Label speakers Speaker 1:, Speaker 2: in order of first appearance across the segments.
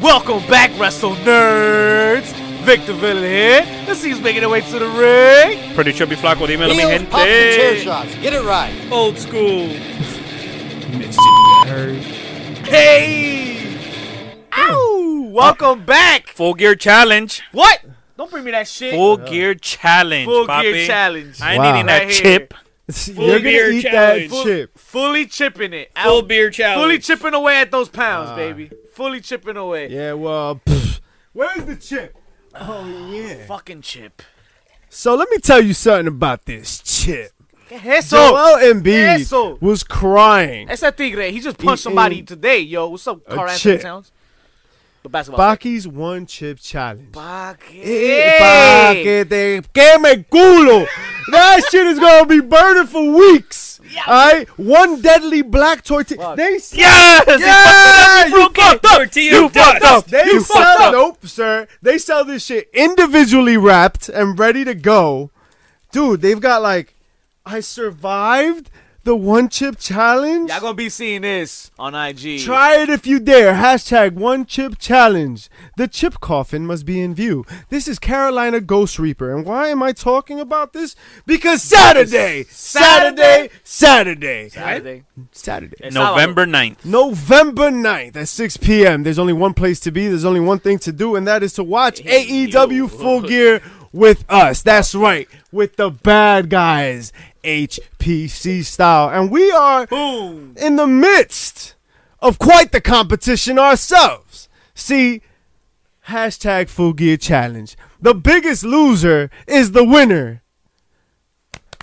Speaker 1: Welcome back, Wrestle Nerds! Victor Villa here. Let's see who's making their way to the ring.
Speaker 2: Pretty chubby flaco, dímelo mi
Speaker 3: Heels, pop, and chair
Speaker 2: gente.
Speaker 3: shots. Get it right.
Speaker 2: Old school.
Speaker 1: Hey! Ow! Welcome back!
Speaker 2: Full gear challenge.
Speaker 1: What? Don't bring me that shit.
Speaker 2: Full gear challenge,
Speaker 1: Full
Speaker 2: papi.
Speaker 1: gear challenge.
Speaker 2: I ain't
Speaker 4: Wow.
Speaker 2: eating that
Speaker 1: Right here.
Speaker 2: chip.
Speaker 4: You're
Speaker 2: beer
Speaker 4: gonna eat
Speaker 2: challenge.
Speaker 4: that
Speaker 1: Fu-
Speaker 4: chip.
Speaker 1: Fully chipping it.
Speaker 2: Full
Speaker 1: Out.
Speaker 2: beer challenge. Uh,
Speaker 1: Fully chipping away at those pounds, baby. Fully chipping away.
Speaker 4: Yeah, well, pff, where's the chip? Oh yeah.
Speaker 1: Fucking chip.
Speaker 4: So let me tell you something about this chip.
Speaker 1: Eso.
Speaker 4: Joel Embiid
Speaker 1: Eso.
Speaker 4: was crying.
Speaker 1: Esa tigre. He just punched
Speaker 4: Eating
Speaker 1: somebody today, yo. What's up,
Speaker 4: a
Speaker 1: Carl Anthony
Speaker 4: chip.
Speaker 1: Towns? The basketball.
Speaker 4: Baki's one chip challenge.
Speaker 1: Bucket.
Speaker 4: Eh, Pa que te queme culo. That shit is gonna be burning for weeks. Alright? One deadly black tortilla.
Speaker 1: Fuck.
Speaker 4: They sell
Speaker 2: Yes!
Speaker 4: Yeah,
Speaker 2: You fucked up! You fucked up!
Speaker 4: they
Speaker 2: You fucked
Speaker 4: sell
Speaker 2: up!
Speaker 4: nope, sir. They sell this shit individually wrapped and ready to go. Dude, they've got like I survived the one chip challenge.
Speaker 1: Y'all gonna be seeing this on IG.
Speaker 4: Try it if you dare. Hashtag one chip challenge. The chip coffin must be in view. This is Carolina Ghost Reaper. And why am I talking about this? Because Saturday, Saturday, Saturday,
Speaker 1: Saturday.
Speaker 4: Saturday,
Speaker 1: It's
Speaker 2: November 9th.
Speaker 4: November 9th at 6 p.m. There's only one place to be, there's only one thing to do, and that is to watch AEW Full Gear with us. That's right, with the bad guys, HPC style. And we are
Speaker 1: Boom.
Speaker 4: in the midst of quite the competition ourselves. See, hashtag Full Gear Challenge. The biggest loser is the winner,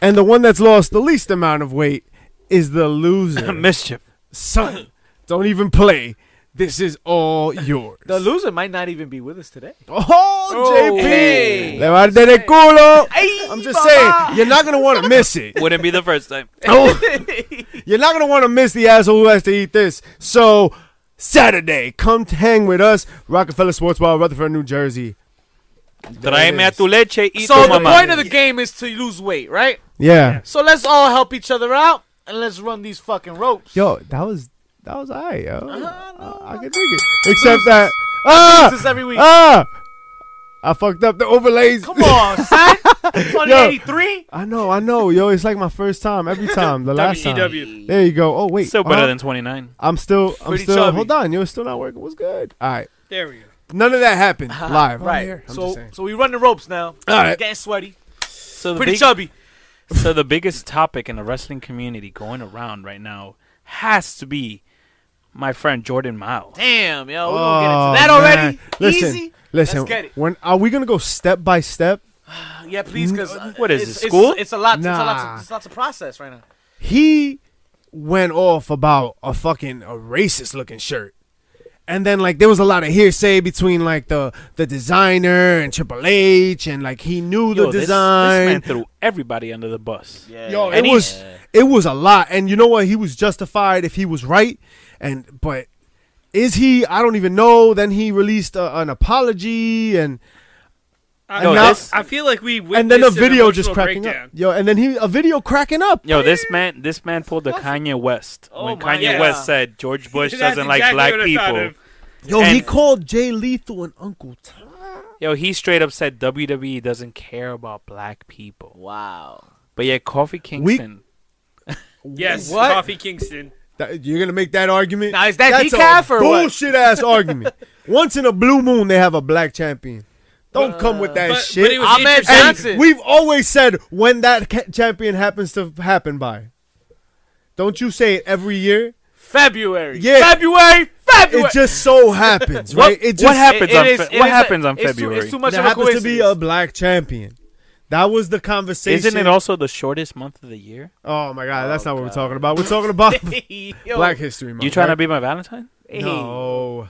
Speaker 4: and the one that's lost the least amount of weight is the loser.
Speaker 2: Mischief.
Speaker 4: Son, don't even play. This is all yours.
Speaker 1: The loser might not even be with us today.
Speaker 4: oh, JP.
Speaker 1: hey.
Speaker 4: Levante de culo.
Speaker 1: Hey,
Speaker 4: I'm just
Speaker 1: mama.
Speaker 4: saying, you're not going to want to miss it.
Speaker 2: Wouldn't be the first time.
Speaker 4: Oh, you're not gonna want to miss the asshole who has to eat this. So Saturday, come to hang with us, Rockefeller Sports Bar, Rutherford, New Jersey.
Speaker 2: Tráeme a tu leche y
Speaker 1: So
Speaker 2: tu
Speaker 1: the
Speaker 2: mamá.
Speaker 1: point of the game is to lose weight, right?
Speaker 4: Yeah.
Speaker 1: So let's all help each other out and let's run these fucking ropes.
Speaker 4: Yo, that was that was alright, yo. I, I can dig it. Except that ah
Speaker 1: This every week.
Speaker 4: ah, I fucked up the overlays.
Speaker 1: Come on, son. 2083.
Speaker 4: I know, I know, yo. It's like my first time every time. The last time.
Speaker 1: E
Speaker 2: WEW.
Speaker 4: There you go. Oh wait,
Speaker 2: Still better
Speaker 4: Uh-huh.
Speaker 2: than 29.
Speaker 4: I'm still, I'm
Speaker 1: Pretty
Speaker 4: still.
Speaker 1: chubby.
Speaker 4: Hold on, yo. It's still not working. What's good? All right.
Speaker 2: There we go.
Speaker 4: None of that happened live. I'm
Speaker 1: Right.
Speaker 4: here. I'm just
Speaker 1: so
Speaker 4: saying.
Speaker 1: so we run the ropes now.
Speaker 4: All right.
Speaker 1: Getting sweaty.
Speaker 2: So the
Speaker 1: Pretty
Speaker 2: big-
Speaker 1: chubby.
Speaker 2: So the biggest topic in the wrestling community going around right now has to be my friend Jordan Miles.
Speaker 1: Damn, yo. We're gonna
Speaker 4: Oh,
Speaker 1: get into that already.
Speaker 4: man. Listen,
Speaker 1: Easy.
Speaker 4: listen.
Speaker 1: Let's get it.
Speaker 4: When are we gonna go step by step?
Speaker 1: Uh, Yeah, please, because
Speaker 2: What is
Speaker 1: it's,
Speaker 2: this, school?
Speaker 1: It's, it's a lot. It's a lot.
Speaker 4: Nah.
Speaker 1: To, it's a lot to process right now.
Speaker 4: He went off about a fucking a racist looking shirt, and then like there was a lot of hearsay between like the the designer and Triple H, and like he knew
Speaker 2: Yo,
Speaker 4: the
Speaker 2: this, this
Speaker 4: design.
Speaker 2: man threw everybody under the bus.
Speaker 1: Yeah.
Speaker 4: Yo,
Speaker 2: And
Speaker 4: it
Speaker 2: he-
Speaker 4: was it was a lot, and you know what? He was justified if he was right, and but is he? I don't even know. Then he released a, an apology and.
Speaker 5: I,
Speaker 4: No,
Speaker 5: I-
Speaker 4: this-
Speaker 5: I feel like we
Speaker 4: and then a
Speaker 5: witnessed an
Speaker 4: video just
Speaker 5: emotional
Speaker 4: cracking
Speaker 5: breakdown.
Speaker 4: up. Yo, and then he a video cracking up.
Speaker 2: Yo, this man, this man pulled the Kanye West
Speaker 1: Oh
Speaker 2: when
Speaker 1: my
Speaker 2: Kanye
Speaker 5: God.
Speaker 2: West said George Bush
Speaker 5: That's
Speaker 2: doesn't like
Speaker 5: exactly
Speaker 2: black
Speaker 5: what I thought
Speaker 2: people.
Speaker 5: of.
Speaker 4: Yo, he
Speaker 2: And-
Speaker 4: called Jay Lethal and Uncle Tom.
Speaker 2: Yo, he straight up said WWE doesn't care about black people.
Speaker 1: Wow.
Speaker 2: But yeah, Kofi Kingston.
Speaker 5: Yes,
Speaker 1: What?
Speaker 5: Coffee Kingston.
Speaker 4: That- you're gonna make that argument?
Speaker 1: Now, is that
Speaker 4: That's a
Speaker 1: decaf or what?
Speaker 4: bullshit ass argument? Once in a blue moon, they have a black champion. Don't come with that
Speaker 5: But,
Speaker 4: shit.
Speaker 5: but it was
Speaker 1: Ahmed
Speaker 5: interesting.
Speaker 4: And
Speaker 1: Johnson.
Speaker 4: we've always said when that ca- champion happens to happen by. Don't you say it every year?
Speaker 1: February.
Speaker 4: Yeah.
Speaker 1: February. February.
Speaker 4: It just so happens, right? It just
Speaker 2: what happened? happens on
Speaker 1: is-
Speaker 2: Fe-
Speaker 1: it
Speaker 2: what
Speaker 1: is
Speaker 2: happens
Speaker 1: a-
Speaker 2: on
Speaker 1: it's too-
Speaker 2: February?
Speaker 1: It's too much
Speaker 4: There
Speaker 1: of a
Speaker 4: happens to
Speaker 1: coincidence.
Speaker 4: be a black champion. That was the conversation.
Speaker 2: Isn't it also the shortest month of the year?
Speaker 4: Oh my god, that's not what we're talking about. We're talking about
Speaker 1: Yo,
Speaker 4: Black History Month.
Speaker 2: You trying to
Speaker 4: right?
Speaker 2: be my Valentine?
Speaker 1: hey,
Speaker 4: No.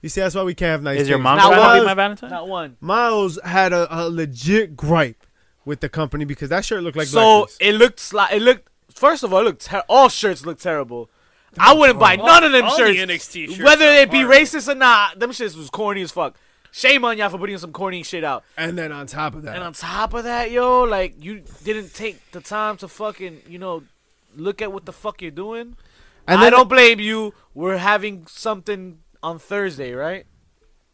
Speaker 4: You see, that's why we can't have nice.
Speaker 2: Is your
Speaker 4: things.
Speaker 2: mom
Speaker 1: Now
Speaker 2: trying to
Speaker 1: what?
Speaker 2: be my Valentine?
Speaker 1: Not one.
Speaker 4: Miles had a, a legit gripe with the company because that shirt looked like
Speaker 1: so
Speaker 4: blackface.
Speaker 1: it looked sli- It looked. First of all, it looked ter- all shirts look terrible. I wouldn't buy none of them
Speaker 5: all the
Speaker 1: shirts,
Speaker 5: NXT shirts
Speaker 1: whether
Speaker 5: are
Speaker 1: they be
Speaker 5: horrible.
Speaker 1: racist or not. Them shits was corny as fuck. Shame on y'all for putting some corny shit out.
Speaker 4: and then on top of that,
Speaker 1: And on top of that, yo, like you didn't take the time to fucking, you know, look at what the fuck you're doing.
Speaker 4: and
Speaker 1: I
Speaker 4: then
Speaker 1: don't blame you. We're having something on Thursday, right?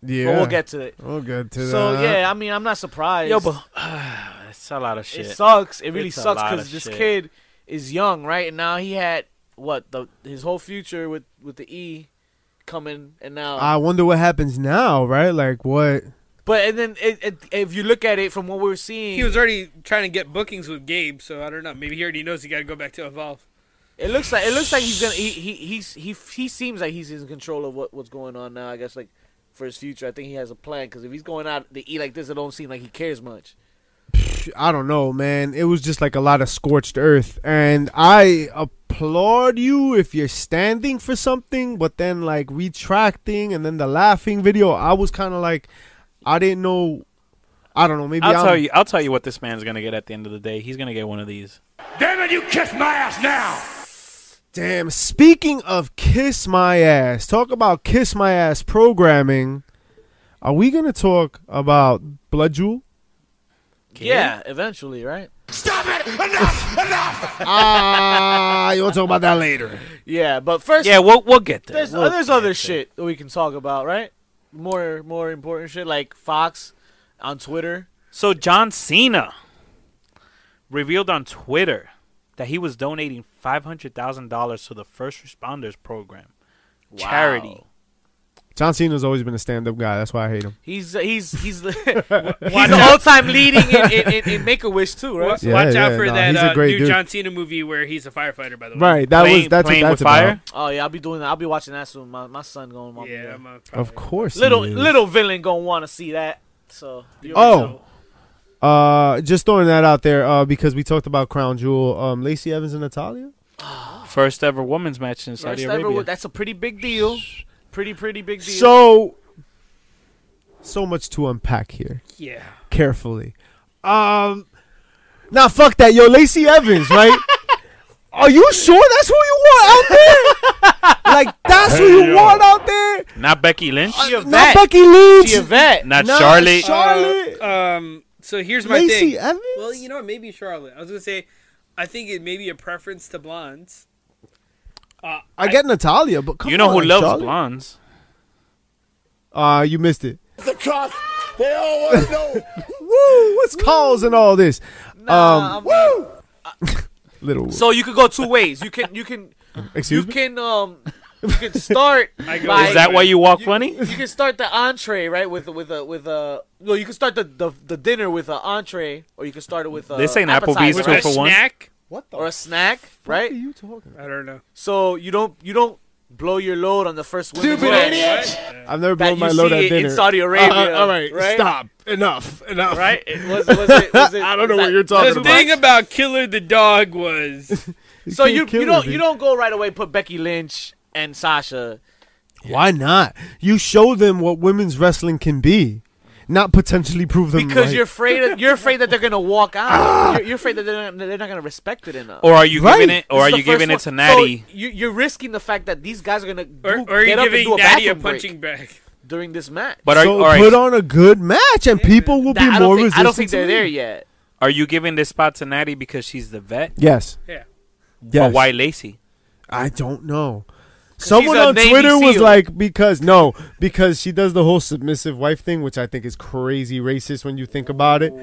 Speaker 4: Yeah.
Speaker 1: But we'll get to it.
Speaker 4: We'll get to
Speaker 1: So
Speaker 4: that.
Speaker 1: yeah, I mean, I'm not surprised.
Speaker 2: Yo, but it's a lot of
Speaker 1: it
Speaker 2: shit.
Speaker 1: sucks. It really
Speaker 2: It's a
Speaker 1: sucks
Speaker 2: lot
Speaker 1: because
Speaker 2: of
Speaker 1: this
Speaker 2: shit.
Speaker 1: kid is young, right? And now he had what the his whole future with with the E coming, and now.
Speaker 5: Uh,
Speaker 4: I wonder what happens now, right? Like what?
Speaker 1: but and then it, it, if you look at it from what we're seeing,
Speaker 5: He was already trying to get bookings with Gabe, so I don't know. Maybe he already knows he got to go back to Evolve.
Speaker 1: it looks like it looks like he's gonna he he he's, he he seems like he's in control of what what's going on now. I guess like for his future, I think he has a plan because if he's going out the E like this, it don't seem like he cares much.
Speaker 4: I don't know, man. It was just like a lot of scorched earth, and I applaud you if you're standing for something, but then like retracting, and then the laughing video. I was kind of like, I didn't know. I don't know. Maybe
Speaker 2: I'll
Speaker 4: am
Speaker 2: tell you. I'll tell you what this man's gonna get at the end of the day. He's gonna get one of these.
Speaker 3: Damn it, you kiss my ass now!
Speaker 4: Damn. Speaking of kiss my ass, talk about kiss my ass programming. Are we gonna talk about Blood Jewel?
Speaker 1: Yeah, eventually, right?
Speaker 3: Stop it! Enough! Enough!
Speaker 4: Ah, you want to talk about that later?
Speaker 1: Yeah, but first,
Speaker 2: Yeah, we'll we'll get there.
Speaker 1: there's
Speaker 2: We'll
Speaker 1: there's
Speaker 2: get
Speaker 1: other
Speaker 2: there.
Speaker 1: shit that we can talk about, right? More more important shit like Fox on Twitter.
Speaker 2: So John Cena revealed on Twitter that he was donating five hundred thousand dollars to the first responders program charity.
Speaker 1: Wow.
Speaker 4: John Cena's always been a stand-up guy. That's why I hate him.
Speaker 1: He's he's he's he's the all time leading in, in, in, in Make a Wish too, right?
Speaker 5: Watch
Speaker 4: Yeah,
Speaker 5: watch out
Speaker 4: yeah,
Speaker 5: for
Speaker 4: nah,
Speaker 5: that
Speaker 4: he's a
Speaker 5: uh,
Speaker 4: great
Speaker 5: new
Speaker 4: dude.
Speaker 5: John Cena movie where he's a firefighter, by the way.
Speaker 4: Right. That
Speaker 2: Playing-
Speaker 4: was that's what
Speaker 2: playing
Speaker 4: that's
Speaker 2: with
Speaker 4: about.
Speaker 2: fire?
Speaker 1: Oh yeah, I'll be doing that. I'll be watching that soon. My my son going. My
Speaker 5: Yeah. I'm, uh, probably-
Speaker 4: Of course. he
Speaker 1: little
Speaker 4: is.
Speaker 1: little villain gonna want to see that. So you
Speaker 4: Oh. Uh, just throwing that out there. Uh, because we talked about Crown Jewel. Um, Lacey Evans and Natalia.
Speaker 2: First ever women's match in Saudi
Speaker 1: first
Speaker 2: Arabia.
Speaker 1: ever. wa- That's a pretty big deal. Pretty pretty big deal.
Speaker 4: So, so much to unpack here.
Speaker 5: Yeah.
Speaker 4: Carefully. Um, now fuck that, yo, Lacey Evans, right? Are you sure that's who you want out there? like that's who you
Speaker 3: Hey, yo.
Speaker 4: want out there?
Speaker 2: Not Becky Lynch.
Speaker 1: she a
Speaker 4: Not
Speaker 1: vet.
Speaker 4: Becky Lynch.
Speaker 1: She a vet.
Speaker 2: not
Speaker 4: not
Speaker 2: Charlotte.
Speaker 4: Char- Charlotte.
Speaker 5: Uh, um. So here's my
Speaker 4: Lacey
Speaker 5: thing.
Speaker 4: Evans.
Speaker 5: Well, you know, what? maybe Charlotte. I was gonna say, I think it may be a preference to blondes. Uh,
Speaker 4: I get Natalia, but come
Speaker 2: you know
Speaker 4: on,
Speaker 2: who
Speaker 4: like,
Speaker 2: loves
Speaker 4: Charlotte?
Speaker 2: blondes?
Speaker 4: Uh, you missed it.
Speaker 3: The cops, they all want to know.
Speaker 4: Woo! What's calls and all this?
Speaker 1: Nah,
Speaker 4: um,
Speaker 1: I mean-
Speaker 4: Little.
Speaker 1: so you could go two ways. You can you can
Speaker 4: excuse
Speaker 1: you
Speaker 4: me.
Speaker 1: can um you can start
Speaker 5: I go-
Speaker 1: by-
Speaker 2: Is that why you walk funny?
Speaker 1: You can start the entree right with with a with a no. You can start the the, the dinner with an entree, or you can start it with a
Speaker 2: This ain't
Speaker 1: appetizer,
Speaker 2: Applebee's
Speaker 5: with
Speaker 2: two
Speaker 5: a
Speaker 1: right?
Speaker 2: for one.
Speaker 5: snack.
Speaker 4: What the
Speaker 1: or a snack,
Speaker 4: What are
Speaker 1: right?
Speaker 4: you talking? About?
Speaker 5: I don't know.
Speaker 1: So you don't you don't blow your load on the first women's
Speaker 4: Stupid
Speaker 1: match
Speaker 4: idiot! I've never
Speaker 1: that
Speaker 4: blown
Speaker 1: you
Speaker 4: my load
Speaker 1: see
Speaker 4: at
Speaker 1: it
Speaker 4: dinner.
Speaker 1: in Saudi Arabia.
Speaker 4: Uh, all right,
Speaker 1: right?
Speaker 4: stop. Enough. Enough.
Speaker 1: Right? It was, was it, was it,
Speaker 4: I don't know
Speaker 1: was
Speaker 4: what
Speaker 1: that-
Speaker 4: you're talking
Speaker 5: The thing about Killer the Dog was
Speaker 1: So
Speaker 4: can't
Speaker 1: you
Speaker 4: kill
Speaker 1: you don't
Speaker 4: me.
Speaker 1: you don't go right away put Becky Lynch and Sasha.
Speaker 4: Why not? You show them what women's wrestling can be, not potentially prove them
Speaker 1: Because
Speaker 4: right.
Speaker 1: you're afraid of, you're afraid that they're gonna walk out. you're, you're afraid that they're not, they're not gonna respect it enough.
Speaker 2: Ah! Or are you
Speaker 4: Right.
Speaker 2: giving it? Or
Speaker 1: This
Speaker 2: are
Speaker 1: is the
Speaker 2: you giving it
Speaker 1: first
Speaker 2: to
Speaker 1: one.
Speaker 2: Natty?
Speaker 1: So you, you're risking the fact that these guys are gonna do,
Speaker 5: or, or are
Speaker 1: get
Speaker 5: you
Speaker 1: up and
Speaker 5: giving
Speaker 1: do a
Speaker 5: Natty a
Speaker 1: bathroom
Speaker 5: punching
Speaker 1: break
Speaker 5: bag?
Speaker 1: during this match.
Speaker 2: but are
Speaker 4: so
Speaker 2: all right,
Speaker 4: put on a good match, and people will
Speaker 1: That-
Speaker 4: be more
Speaker 1: I don't think,
Speaker 4: resistant.
Speaker 1: I don't think
Speaker 4: to
Speaker 1: they're
Speaker 4: me.
Speaker 1: there yet.
Speaker 2: are you giving this spot to Natty because she's the vet?
Speaker 4: Yes.
Speaker 5: Yeah.
Speaker 4: Yes.
Speaker 2: Or why Lacey?
Speaker 4: I don't know. Someone
Speaker 1: he's a
Speaker 4: on
Speaker 1: Navy
Speaker 4: Twitter was
Speaker 1: SEAL.
Speaker 4: like, because no, because she does the whole submissive wife thing, which I think is crazy racist when you think about it.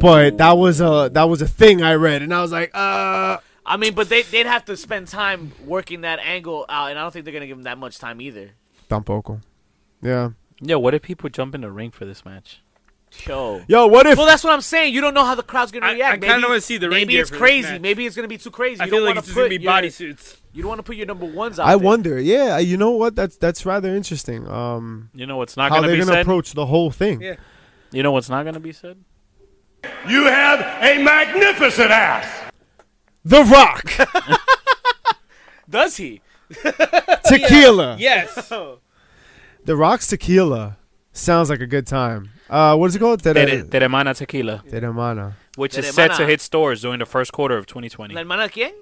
Speaker 4: But that was a that was a thing I read, and I was like, uh,
Speaker 1: I mean, but they they'd have to spend time working that angle out, and I don't think they're gonna give them that much time either.
Speaker 4: tampoco. Yeah.
Speaker 2: Yeah. What if people jump in the ring for this match?
Speaker 1: Yo.
Speaker 4: Yo, what if?
Speaker 1: Well, that's what I'm saying. You don't know how the crowd's gonna
Speaker 5: I-
Speaker 1: react.
Speaker 5: I kinda
Speaker 1: Maybe-
Speaker 5: wanna see the
Speaker 1: Maybe
Speaker 5: reindeer
Speaker 1: it's
Speaker 5: for this
Speaker 1: crazy.
Speaker 5: match.
Speaker 1: Maybe it's gonna be too crazy.
Speaker 5: I
Speaker 1: you
Speaker 5: feel
Speaker 1: don't
Speaker 5: like
Speaker 1: want to
Speaker 5: it's just gonna
Speaker 1: put
Speaker 5: be
Speaker 1: your,
Speaker 5: bodysuits.
Speaker 1: You don't want to put your number ones out.
Speaker 4: I
Speaker 1: there.
Speaker 4: wonder. Yeah, you know what? That's that's rather interesting. Um,
Speaker 2: You know what's not
Speaker 4: how
Speaker 2: gonna
Speaker 4: they're
Speaker 2: be
Speaker 4: gonna
Speaker 2: said.
Speaker 4: approach the whole thing.
Speaker 5: Yeah.
Speaker 2: you know what's not gonna be said.
Speaker 3: You have a magnificent ass.
Speaker 4: The Rock,
Speaker 1: Does he?
Speaker 4: tequila.
Speaker 5: Yes.
Speaker 4: The Rock's tequila sounds like a good time. Uh, what is it called?
Speaker 2: Tere-
Speaker 4: Tere-
Speaker 2: Teremana Tequila,
Speaker 4: Teremana.
Speaker 2: which is
Speaker 1: Teremana.
Speaker 2: set to hit stores during the first quarter of 2020.
Speaker 1: La hermana quién?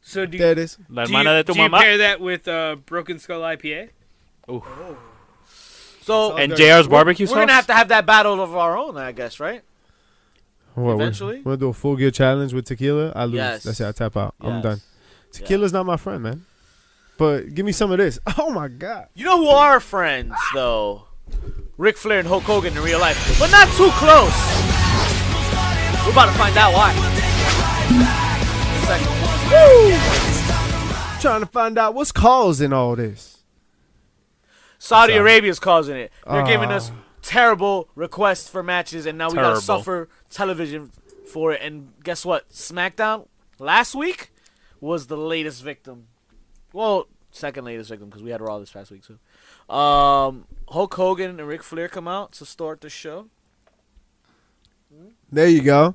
Speaker 5: So do,
Speaker 4: There it is.
Speaker 2: La
Speaker 5: do
Speaker 2: hermana
Speaker 5: you,
Speaker 2: de tu
Speaker 5: do you
Speaker 2: mamá
Speaker 5: pair that with uh, Broken Skull IPA?
Speaker 1: So
Speaker 2: and JR's barbecue
Speaker 1: we're
Speaker 2: sauce.
Speaker 1: gonna have to have that battle of our own, I guess, right?
Speaker 4: What, we're-
Speaker 1: Eventually?
Speaker 4: we're gonna do a full gear challenge with tequila. I lose.
Speaker 1: Yes.
Speaker 4: That's it. I tap out. I'm
Speaker 1: Yes.
Speaker 4: done. Tequila's not my friend, man. But give me some of this. Oh my god.
Speaker 1: You know who are friends though? Ric Flair and Hulk Hogan in real life, but not too close. We're about to find out why. It's like,
Speaker 4: Trying to find out what's causing all this.
Speaker 1: Saudi Arabia's causing it. They're giving
Speaker 4: Ah.
Speaker 1: us terrible requests for matches, and now we gotta
Speaker 2: Terrible.
Speaker 1: suffer television for it. And guess what? SmackDown last week was the latest victim. Well, second latest victim because we had Raw this past week too. Um, Hulk Hogan and Ric Flair come out to start the show.
Speaker 4: There you go.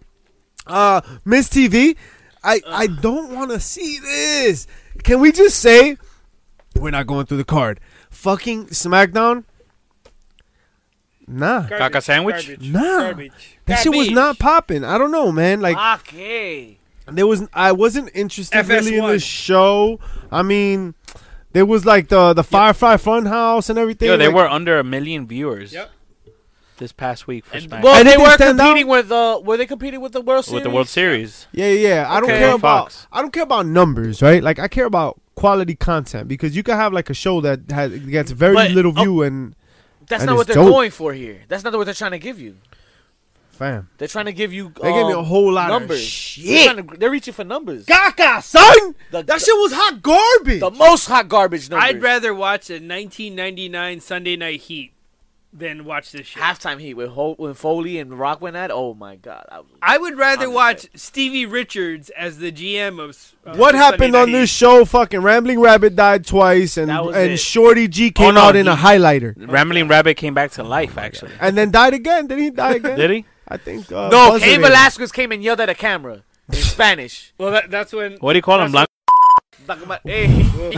Speaker 4: Uh Miss TV, I I don't want to see this. Can we just say we're not going through the card? Fucking SmackDown. Nah,
Speaker 5: Garbage,
Speaker 2: Caca sandwich?
Speaker 5: Garbage.
Speaker 4: Nah.
Speaker 5: Garbage.
Speaker 4: that shit was
Speaker 5: Garbage.
Speaker 4: not popping. I don't know, man. Like
Speaker 1: okay,
Speaker 4: there was, I wasn't interested really in
Speaker 5: FS1.
Speaker 4: the show. I mean, there was like the the Firefly Funhouse and everything.
Speaker 2: Yo, they
Speaker 4: like-
Speaker 2: were under a million viewers
Speaker 5: Yep.
Speaker 2: this past week for SmackDown.
Speaker 1: well,
Speaker 4: And
Speaker 1: they
Speaker 4: they
Speaker 1: were
Speaker 4: stand
Speaker 1: competing with uh, were they competing with the World Series?
Speaker 2: with the World Series.
Speaker 4: Yeah, yeah. yeah. I don't
Speaker 1: Okay.
Speaker 4: care
Speaker 2: On
Speaker 4: about
Speaker 2: Fox.
Speaker 4: I don't care about numbers, right? Like I care about quality content because you can have like a show that has gets very
Speaker 1: But-
Speaker 4: little
Speaker 1: oh.
Speaker 4: view and
Speaker 1: That's
Speaker 4: And
Speaker 1: not
Speaker 4: it's
Speaker 1: what they're
Speaker 4: dope.
Speaker 1: going for here. That's not what they're trying to give you.
Speaker 4: fam.
Speaker 1: They're trying to give you.
Speaker 4: They gave me a
Speaker 1: um,
Speaker 4: whole lot of
Speaker 1: numbers. They're,
Speaker 4: shit.
Speaker 1: trying to, they're reaching for numbers.
Speaker 4: Gaga, son.
Speaker 1: The-
Speaker 4: that shit was hot garbage.
Speaker 1: The most hot garbage numbers.
Speaker 5: I'd rather watch a 1999 Sunday Night Heat than watch this shit.
Speaker 1: halftime heat with Ho- when Foley and Rock went at. Oh my god! I,
Speaker 5: I would rather
Speaker 1: I'm
Speaker 5: watch Stevie Richards as the GM of. s- of
Speaker 4: what
Speaker 5: Sunday
Speaker 4: happened
Speaker 5: Night
Speaker 4: on
Speaker 5: Heat.
Speaker 4: this show? Fucking Rambling Rabbit died twice, and
Speaker 1: That was
Speaker 4: and
Speaker 1: it.
Speaker 4: Shorty G came
Speaker 2: Oh, no,
Speaker 4: out in a
Speaker 2: he-
Speaker 4: highlighter,
Speaker 2: Rambling Rabbit came back to life, actually.
Speaker 4: and then died again. Did he die again?
Speaker 2: Did he?
Speaker 4: I think. Uh,
Speaker 1: no,
Speaker 4: Buzz
Speaker 1: Cain
Speaker 4: Lightyear.
Speaker 1: Velasquez came and yelled at a camera in Spanish.
Speaker 5: Well, that, that's when.
Speaker 2: What do you call him? Blanco?
Speaker 1: Talking about, hey,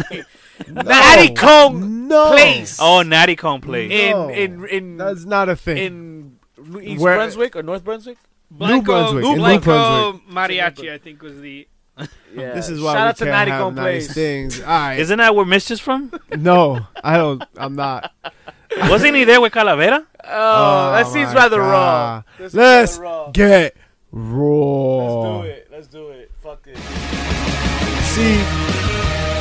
Speaker 1: Natty Kong
Speaker 4: No.
Speaker 1: place. Eh,
Speaker 2: Oh, Natty Cone played.
Speaker 1: in
Speaker 4: no.
Speaker 1: in in
Speaker 4: That's not a thing.
Speaker 1: in East
Speaker 4: Where-
Speaker 1: Brunswick or North Brunswick.
Speaker 5: Blanco,
Speaker 4: Brunswick, in New
Speaker 5: Blanco
Speaker 4: Brunswick.
Speaker 5: Mariachi, I think, was the.
Speaker 1: Yeah.
Speaker 4: this is why
Speaker 1: Shout
Speaker 4: we
Speaker 1: out to
Speaker 4: can't
Speaker 1: Natty
Speaker 4: have
Speaker 1: Cone
Speaker 4: nice
Speaker 1: place.
Speaker 4: things. All right.
Speaker 2: Isn't that where Mitch is from?
Speaker 4: no, I don't. I'm not.
Speaker 2: Wasn't he there with Calavera?
Speaker 1: Oh, that seems
Speaker 4: my
Speaker 1: rather raw.
Speaker 4: God.
Speaker 1: That's
Speaker 4: Let's
Speaker 1: rather raw.
Speaker 4: get raw.
Speaker 1: Let's do it. Let's do it. Fuck it.
Speaker 4: See,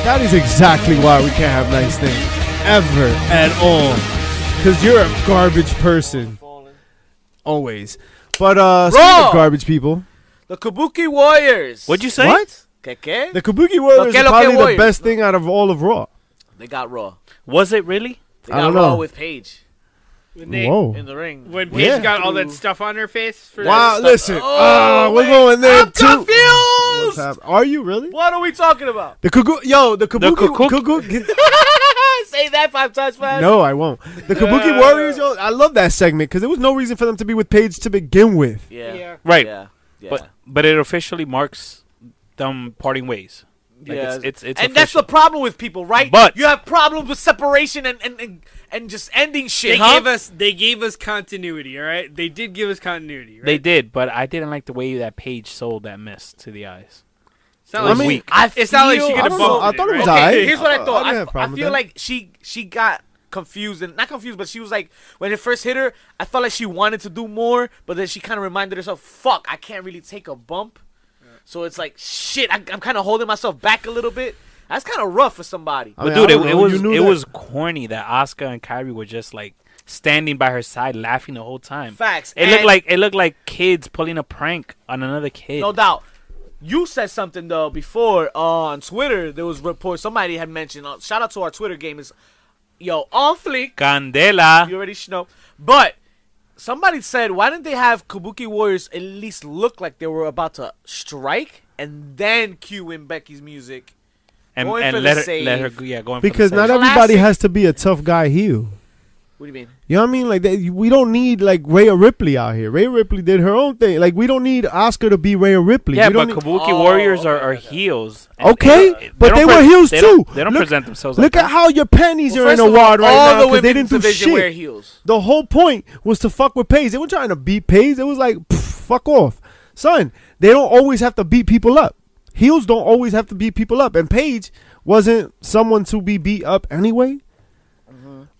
Speaker 4: that is exactly why we can't have nice things ever at all. Cause you're a garbage person
Speaker 1: Falling.
Speaker 4: always. But uh, speaking
Speaker 1: Raw!
Speaker 4: of garbage people,
Speaker 1: The Kabuki Warriors.
Speaker 2: What'd you say?
Speaker 4: what?
Speaker 1: ¿Qué, qué?
Speaker 4: The Kabuki Warriors
Speaker 1: que
Speaker 4: are
Speaker 1: lo que
Speaker 4: probably the
Speaker 1: Warriors.
Speaker 4: best thing out of all of Raw.
Speaker 1: They got Raw.
Speaker 2: Was it really?
Speaker 1: They
Speaker 4: I
Speaker 1: got
Speaker 4: don't
Speaker 1: Raw
Speaker 4: know.
Speaker 1: with Paige
Speaker 5: When they,
Speaker 1: in
Speaker 4: Whoa!
Speaker 1: the ring.
Speaker 5: When Paige
Speaker 4: Yeah.
Speaker 5: got all that stuff on her face. For
Speaker 4: Wow!
Speaker 5: that
Speaker 4: Listen,
Speaker 1: Oh,
Speaker 4: uh, we're
Speaker 1: wait.
Speaker 4: going there
Speaker 1: I'm
Speaker 4: too. What's
Speaker 1: confused.
Speaker 4: hap- Are you really?
Speaker 1: What are we talking about?
Speaker 4: The Kabuki, yo, the Kabuki,
Speaker 2: Kabuki-
Speaker 4: Kabuki-
Speaker 1: Say that five times fast.
Speaker 4: No, I won't. The Kabuki Warriors, yo, I love that segment because there was no reason for them to be with Paige to begin with.
Speaker 1: Yeah.
Speaker 5: Yeah.
Speaker 2: Right.
Speaker 1: Yeah. Yeah.
Speaker 2: But but it officially marks them parting ways. Like
Speaker 1: Yeah.
Speaker 2: it's, it's, it's
Speaker 1: and that's the problem with people, right?
Speaker 2: But-
Speaker 1: you have problems with separation and and, and, and just ending shit.
Speaker 5: They
Speaker 1: huh?
Speaker 5: gave us. They gave us continuity. All right. They did give us continuity. Right?
Speaker 2: They did, but I didn't like the way that Paige sold that mist to the eyes.
Speaker 5: It's not
Speaker 2: It was
Speaker 5: like-
Speaker 2: weak.
Speaker 1: I
Speaker 5: It's not like she
Speaker 1: feel-
Speaker 5: could
Speaker 4: I
Speaker 5: have
Speaker 4: don't
Speaker 5: bumped.
Speaker 4: know. I thought it was
Speaker 5: right?
Speaker 4: all
Speaker 1: Okay,
Speaker 4: right.
Speaker 1: here's what
Speaker 4: I-
Speaker 1: I
Speaker 4: I
Speaker 1: thought.
Speaker 4: didn't
Speaker 1: I,
Speaker 4: have a
Speaker 1: I
Speaker 4: problem with
Speaker 1: feel
Speaker 4: that.
Speaker 1: like she she got confused and not confused, but she was like when it first hit her, I felt like she wanted to do more, but then she kind of reminded herself, "Fuck, I can't really take a bump." So it's like shit. I, I'm kind of holding myself back a little bit. That's kind of rough for somebody.
Speaker 4: I
Speaker 2: But
Speaker 4: mean, I
Speaker 2: dude,
Speaker 4: don't
Speaker 2: it, it
Speaker 4: know.
Speaker 2: was
Speaker 4: You knew
Speaker 2: it
Speaker 4: that-
Speaker 2: was corny that Oscar and Kyrie were just like standing by her side laughing the whole time.
Speaker 1: Facts.
Speaker 2: It looked
Speaker 1: And-
Speaker 2: like it looked like kids pulling a prank on another kid.
Speaker 1: No doubt. You said something though before uh, on Twitter. There was reports somebody had mentioned. Uh, shout out to our Twitter game is, yo, on fleek.
Speaker 2: Candela.
Speaker 1: You already sh- know. But somebody said, why didn't they have Kabuki Warriors at least look like they were about to strike and then cue in Becky's music?
Speaker 2: And,
Speaker 1: going for
Speaker 2: and
Speaker 1: the
Speaker 2: let her
Speaker 1: save.
Speaker 2: let her go- yeah, going
Speaker 4: Because
Speaker 2: for the
Speaker 4: not
Speaker 2: save.
Speaker 4: everybody
Speaker 1: Classic.
Speaker 4: has to be a tough guy heel.
Speaker 1: What do you mean?
Speaker 4: You know what I mean? Like they, we don't need like Rhea Ripley out here. Rhea Ripley did her own thing. Like we don't need Oscar to be Rhea Ripley.
Speaker 2: Yeah,
Speaker 4: We don't
Speaker 2: but
Speaker 4: need-
Speaker 2: Kabuki
Speaker 1: Oh,
Speaker 2: Warriors are,
Speaker 1: okay,
Speaker 2: are
Speaker 1: okay.
Speaker 2: heels.
Speaker 4: Okay,
Speaker 2: don't-
Speaker 4: but they were heels
Speaker 2: they don't-
Speaker 4: too.
Speaker 2: They don't
Speaker 4: Look-
Speaker 2: present themselves
Speaker 4: look
Speaker 2: like
Speaker 4: at how your panties
Speaker 1: Well,
Speaker 4: are in a
Speaker 1: first of
Speaker 4: wad right
Speaker 1: all
Speaker 4: now
Speaker 1: the
Speaker 4: because they
Speaker 1: women's
Speaker 4: didn't do
Speaker 1: division wear
Speaker 4: shit.
Speaker 1: heels.
Speaker 4: The whole point was to fuck with Paige. They weren't trying to beat Paige. It was like, pff, fuck off. Son, they don't always have to beat people up. Heels don't always have to beat people up. And Paige wasn't someone to be beat up anyway.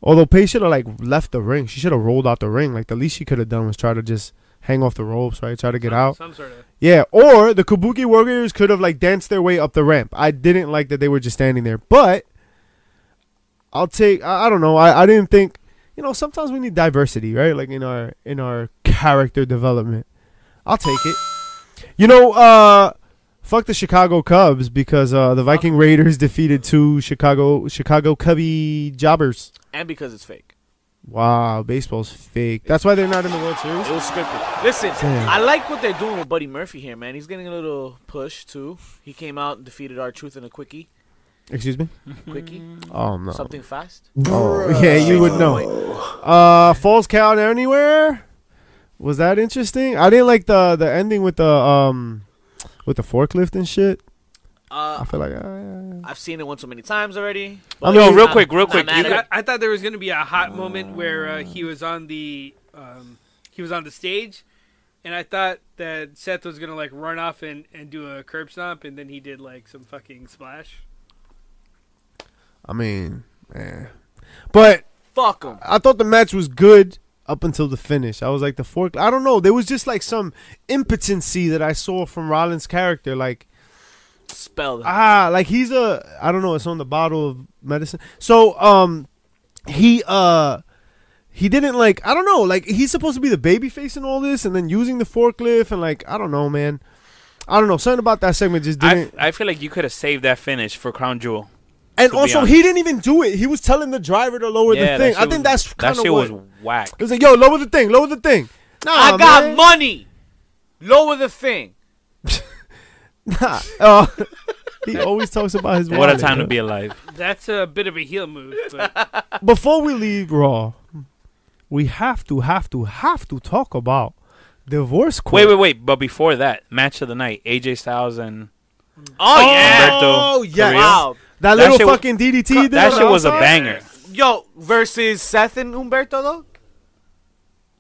Speaker 4: Although Paige should have like left the ring. She should have rolled out the ring. Like the least she could have done was try to just hang off the ropes, right? Try to get out.
Speaker 5: Some sort of.
Speaker 4: Yeah, or the Kabuki Warriors could have like danced their way up the ramp. I didn't like that they were just standing there, but I'll take. I, I don't know. I, I didn't think. you know, sometimes we need diversity, right? Like in our in our character development. I'll take it. You know, uh fuck the Chicago Cubs because uh the Viking Raiders defeated two Chicago Chicago Cubby jobbers.
Speaker 1: and because it's fake.
Speaker 4: Wow, baseball's fake. That's why they're not in the World Series.
Speaker 1: It was scripted. Listen,
Speaker 4: Damn.
Speaker 1: I like what they're doing with Buddy Murphy here, man. He's getting a little push too. He came out and defeated our truth in a quickie,
Speaker 4: Excuse me?
Speaker 1: quickie,
Speaker 2: Mm.
Speaker 4: Oh no.
Speaker 1: something fast.
Speaker 4: Oh, yeah, you would know. Uh, Falls Count Anywhere. Was that interesting? I didn't like the the ending with the um with the forklift and shit.
Speaker 1: Uh,
Speaker 4: I feel like uh, yeah.
Speaker 1: I've seen it one too many times already.
Speaker 4: I
Speaker 1: but
Speaker 4: mean- Yo,
Speaker 2: Um, real
Speaker 1: I'm
Speaker 2: quick, real
Speaker 1: not
Speaker 2: quick,
Speaker 1: mad
Speaker 2: you
Speaker 1: at
Speaker 2: got-
Speaker 1: it.
Speaker 5: I thought there was gonna be a hot moment where uh, he was on the um, he was on the stage, and I thought that Seth was gonna like run off and, and do a curb stomp, and then he did like some fucking splash.
Speaker 4: I mean, eh. but
Speaker 1: Fuck him.
Speaker 4: I thought the match was good up until the finish. I was like the fork. I don't know. There was just like some impotency that I saw from Rollins' character. Like
Speaker 1: Spell it.
Speaker 4: ah, like he's a I don't know. It's on the bottle of medicine. So um, he uh. He didn't like I don't know like he's supposed to be the baby face in all this and then using the forklift and like I don't know man I don't know something about that segment just didn't
Speaker 2: I, I feel like you could have saved that finish for Crown Jewel.
Speaker 4: and
Speaker 2: be
Speaker 4: also
Speaker 2: honest.
Speaker 4: he didn't even do it he was telling the driver to lower
Speaker 2: Yeah,
Speaker 4: the thing
Speaker 2: that
Speaker 4: I
Speaker 2: shit
Speaker 4: think
Speaker 2: was-
Speaker 4: that's
Speaker 2: that
Speaker 4: kind of
Speaker 2: shit
Speaker 4: what
Speaker 2: was whack.
Speaker 4: It was like, yo, lower the thing, lower the thing. Nah,
Speaker 1: I got
Speaker 4: man.
Speaker 1: money. Lower the thing.
Speaker 4: Nah. Uh, he always talks about his
Speaker 2: What a
Speaker 4: wallet,
Speaker 2: time to
Speaker 4: yo.
Speaker 2: be alive.
Speaker 5: That's a bit of a heel move, but
Speaker 4: Before we leave Raw, we have to, have to, have to talk about divorce court.
Speaker 2: Wait, wait, wait. But before that, match of the night, AJ Styles and
Speaker 1: Oh, yeah.
Speaker 4: Oh,
Speaker 2: Humberto
Speaker 4: yeah.
Speaker 2: Carrillo.
Speaker 1: Wow.
Speaker 4: That
Speaker 2: That
Speaker 4: little
Speaker 2: shit was-
Speaker 4: fucking DDT. he did
Speaker 2: That
Speaker 4: on
Speaker 2: shit was a
Speaker 4: outside?
Speaker 2: banger.
Speaker 1: Yo, versus Seth and Humberto though.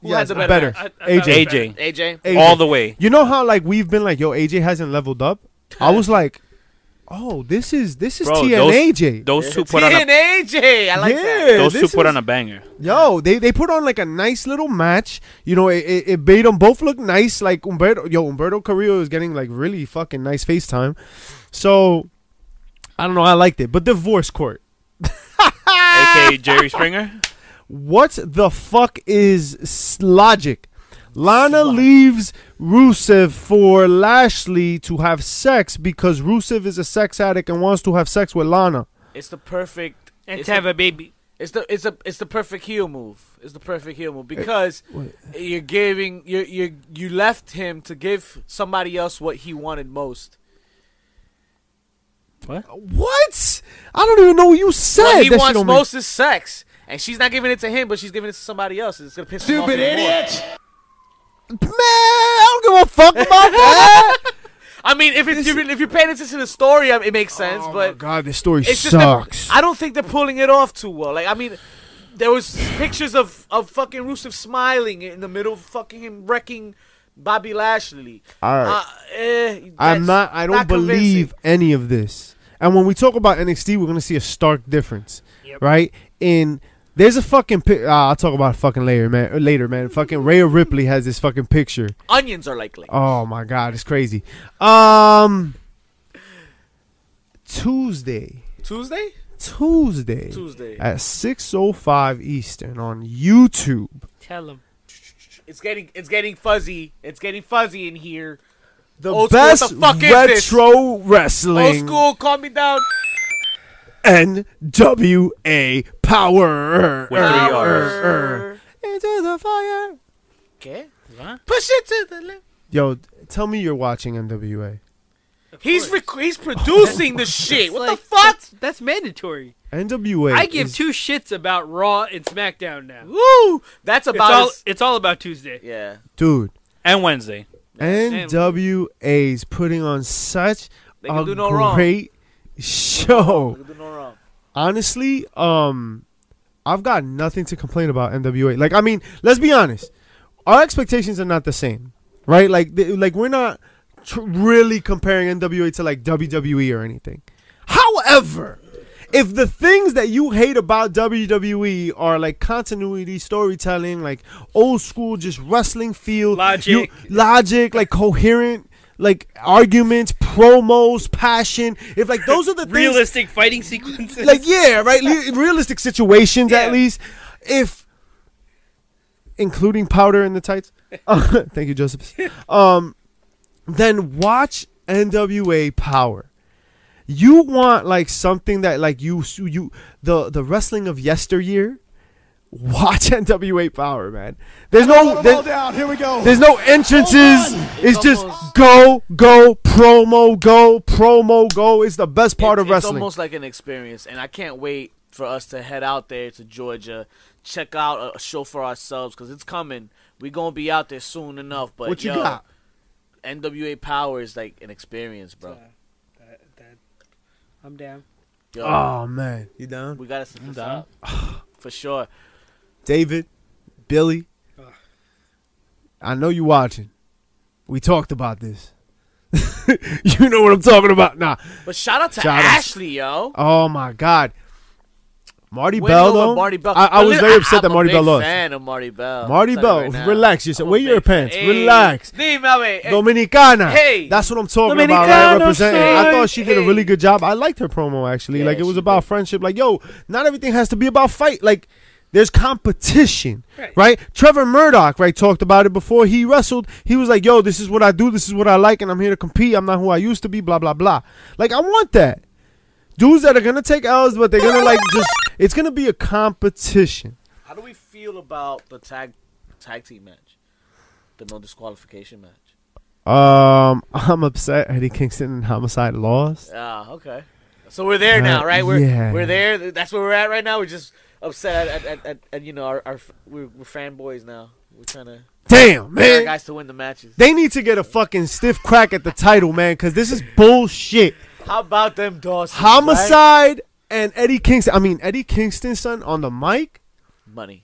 Speaker 1: Who had
Speaker 4: Yes,
Speaker 1: the better
Speaker 4: better.
Speaker 5: I- I thought it was
Speaker 4: AJ.
Speaker 5: better.
Speaker 2: AJ,
Speaker 1: AJ.
Speaker 4: AJ.
Speaker 2: all the way.
Speaker 4: You know how like we've been like, yo, AJ hasn't leveled up. I was like, oh, this is this is
Speaker 2: Bro, those-
Speaker 4: TNAJ.
Speaker 2: Those two put
Speaker 1: T
Speaker 2: on a
Speaker 1: and AJ. I like
Speaker 4: Yeah.
Speaker 1: that.
Speaker 2: those two
Speaker 4: this
Speaker 2: put
Speaker 4: is-
Speaker 2: on a banger.
Speaker 4: Yo, they, they put on like a nice little match. You know, it, it, it made them both look nice. Like Umberto, yo, Umberto Carrillo is getting like really fucking nice FaceTime. So I don't know, I liked it. But divorce court.
Speaker 2: AKA Jerry Springer.
Speaker 4: What the fuck is s- logic? Lana leaves Rusev for Lashley to have sex because Rusev is a sex addict and wants to have sex with Lana.
Speaker 1: It's the perfect.
Speaker 5: and
Speaker 1: it's
Speaker 5: to have
Speaker 1: the-
Speaker 5: a baby.
Speaker 1: It's the it's a it's the perfect heel move. It's the perfect heel move because you're giving you you you left him to give somebody else what he wanted most.
Speaker 4: What? I don't even know what you said.
Speaker 1: What he
Speaker 4: That shit
Speaker 1: wants
Speaker 4: don't make-
Speaker 1: most is sex, and she's not giving it to him, but she's giving it to somebody else. and It's gonna piss him off.
Speaker 3: Stupid
Speaker 1: even more.
Speaker 3: idiot!
Speaker 4: Man, I don't give a fuck about that.
Speaker 1: I mean, if it's, if you're- if you're paying attention to the story, I- it makes sense.
Speaker 4: Oh my
Speaker 1: but
Speaker 4: god, this story
Speaker 1: it's just that
Speaker 4: sucks.
Speaker 1: I don't think they're pulling it off too well. Like I mean, there was pictures of of fucking Rusev smiling in the middle of fucking him wrecking Bobby Lashley.
Speaker 4: All right.
Speaker 1: Uh, eh,
Speaker 4: I'm
Speaker 1: that's
Speaker 4: not. I don't
Speaker 1: convincing.
Speaker 4: believe any of this. And when we talk about NXT, we're gonna see a stark difference, right? In there's a fucking. Pi- ah, I'll talk about it fucking later, man. uh, Later, man. Fucking Rhea Ripley has this fucking picture.
Speaker 1: onions are likely.
Speaker 4: Oh my god, it's crazy. Um, Tuesday,
Speaker 1: Tuesday?
Speaker 4: Tuesday,
Speaker 1: Tuesday.
Speaker 4: at six oh five Eastern on YouTube.
Speaker 5: Tell him.
Speaker 1: It's getting it's getting fuzzy. It's getting fuzzy in here.
Speaker 4: The
Speaker 1: Old school, what
Speaker 4: best
Speaker 1: the fuck is this?
Speaker 4: retro wrestling.
Speaker 1: Old school, calm me down.
Speaker 4: NWA Power.
Speaker 2: With three R's.
Speaker 4: Into the fire.
Speaker 1: Okay.
Speaker 2: What?
Speaker 1: Push it to the left.
Speaker 4: Yo, tell me you're watching NWA.
Speaker 1: He's rec- he's producing the shit. What the fuck?
Speaker 5: That's, that's mandatory.
Speaker 4: NWA.
Speaker 5: I give
Speaker 4: is-
Speaker 5: two shits about Raw and SmackDown now.
Speaker 1: Woo! That's
Speaker 5: It's
Speaker 1: about
Speaker 5: all,
Speaker 1: as-
Speaker 5: it's all about Tuesday.
Speaker 1: yeah.
Speaker 4: Dude,
Speaker 2: And Wednesday.
Speaker 4: NWA's putting on such
Speaker 1: They can
Speaker 4: a
Speaker 1: do no wrong.
Speaker 4: great show.
Speaker 1: Look at the no wrong.
Speaker 4: honestly, um, I've got nothing to complain about NWA. Like, I mean, let's be honest, our expectations are not the same, right? Like, th- like we're not tr- really comparing NWA to like WWE or anything. However, if the things that you hate about WWE are like continuity storytelling, like old school, just wrestling feel,
Speaker 5: Logic.
Speaker 4: you- logic, like coherent. Like arguments, promos, passion. If like those are the things
Speaker 5: Realistic fighting sequences.
Speaker 4: like yeah, right? Le- realistic situations
Speaker 5: Yeah.
Speaker 4: at least. If including powder in the tights. Oh, Thank you, Joseph. Um, then watch NWA Power. You want like something that like you you the the wrestling of yesteryear. Watch NWA Power, man. There's no there-
Speaker 6: down. Here we go.
Speaker 4: there's no entrances.
Speaker 6: Hold
Speaker 4: It's just
Speaker 1: almost-
Speaker 4: go go promo go promo go. It's the best part
Speaker 1: It's-
Speaker 4: of wrestling.
Speaker 1: It's almost like an experience, and I can't wait for us to head out there to Georgia, check out a show for ourselves because it's coming. We're gonna be out there soon enough. But
Speaker 4: what you
Speaker 1: yo,
Speaker 4: got?
Speaker 1: NWA Power is like an experience, bro.
Speaker 5: That, that, I'm down.
Speaker 1: Yo,
Speaker 4: Oh man, you down?
Speaker 1: we gotta set this up for sure.
Speaker 4: David, Billy, Ah. I know you watching. We talked about this. you know what I'm talking about. Nah.
Speaker 1: But shout out to
Speaker 4: Shout out.
Speaker 1: Ashley, yo.
Speaker 4: Oh my God. Marty
Speaker 1: Win
Speaker 4: Bell
Speaker 1: over
Speaker 4: though.
Speaker 1: Marty Bell.
Speaker 4: I, I
Speaker 1: But
Speaker 4: was
Speaker 1: li-
Speaker 4: very upset
Speaker 1: I'm
Speaker 4: that
Speaker 1: a
Speaker 4: Marty
Speaker 1: big
Speaker 4: Bell lost.
Speaker 1: Fan of Marty Bell.
Speaker 4: Marty
Speaker 1: I'll tell you
Speaker 4: Bell,
Speaker 1: now.
Speaker 4: relax yourself.
Speaker 1: I'm a
Speaker 4: Wear your
Speaker 1: big fan.
Speaker 4: pants. Relax.
Speaker 1: Dime, hey.
Speaker 4: Dominicana.
Speaker 1: Eh, Hey.
Speaker 4: that's what I'm talking about. right?
Speaker 1: Dominicano,
Speaker 4: Representing. I
Speaker 1: son.
Speaker 4: thought she did a
Speaker 1: Hey.
Speaker 4: really good job. I liked her promo actually.
Speaker 1: Yeah,
Speaker 4: like it was
Speaker 1: she
Speaker 4: about
Speaker 1: did.
Speaker 4: friendship. Like yo, not everything has to be about fight. Like there's competition, right?
Speaker 5: Right.
Speaker 4: Trevor Murdoch, right, talked about it before he wrestled. He was like, yo, this is what I do. This is what I like, and I'm here to compete. I'm not who I used to be. Blah blah blah. Like I want that. Dudes that are gonna take L's, but they're gonna like just. It's gonna be a competition.
Speaker 1: How do we feel about the tag tag team match? The no disqualification match.
Speaker 4: Um, I'm upset. Eddie Kingston and Homicide lost.
Speaker 1: Ah, okay. So we're there
Speaker 4: Uh,
Speaker 1: now, right? We're
Speaker 4: yeah.
Speaker 1: we're there. Th- That's where we're at right now. We're just upset at at, at, at, at you know our, our f- we're, we're fanboys now. We're trying to
Speaker 4: Damn,
Speaker 1: get our
Speaker 4: man.
Speaker 1: guys to win the matches.
Speaker 4: They need to get a fucking stiff crack at the title, man, because this is bullshit.
Speaker 1: How about them Dawson?
Speaker 4: Homicide and Eddie Kingston. I mean, Eddie Kingston, son, on the mic.
Speaker 1: Money.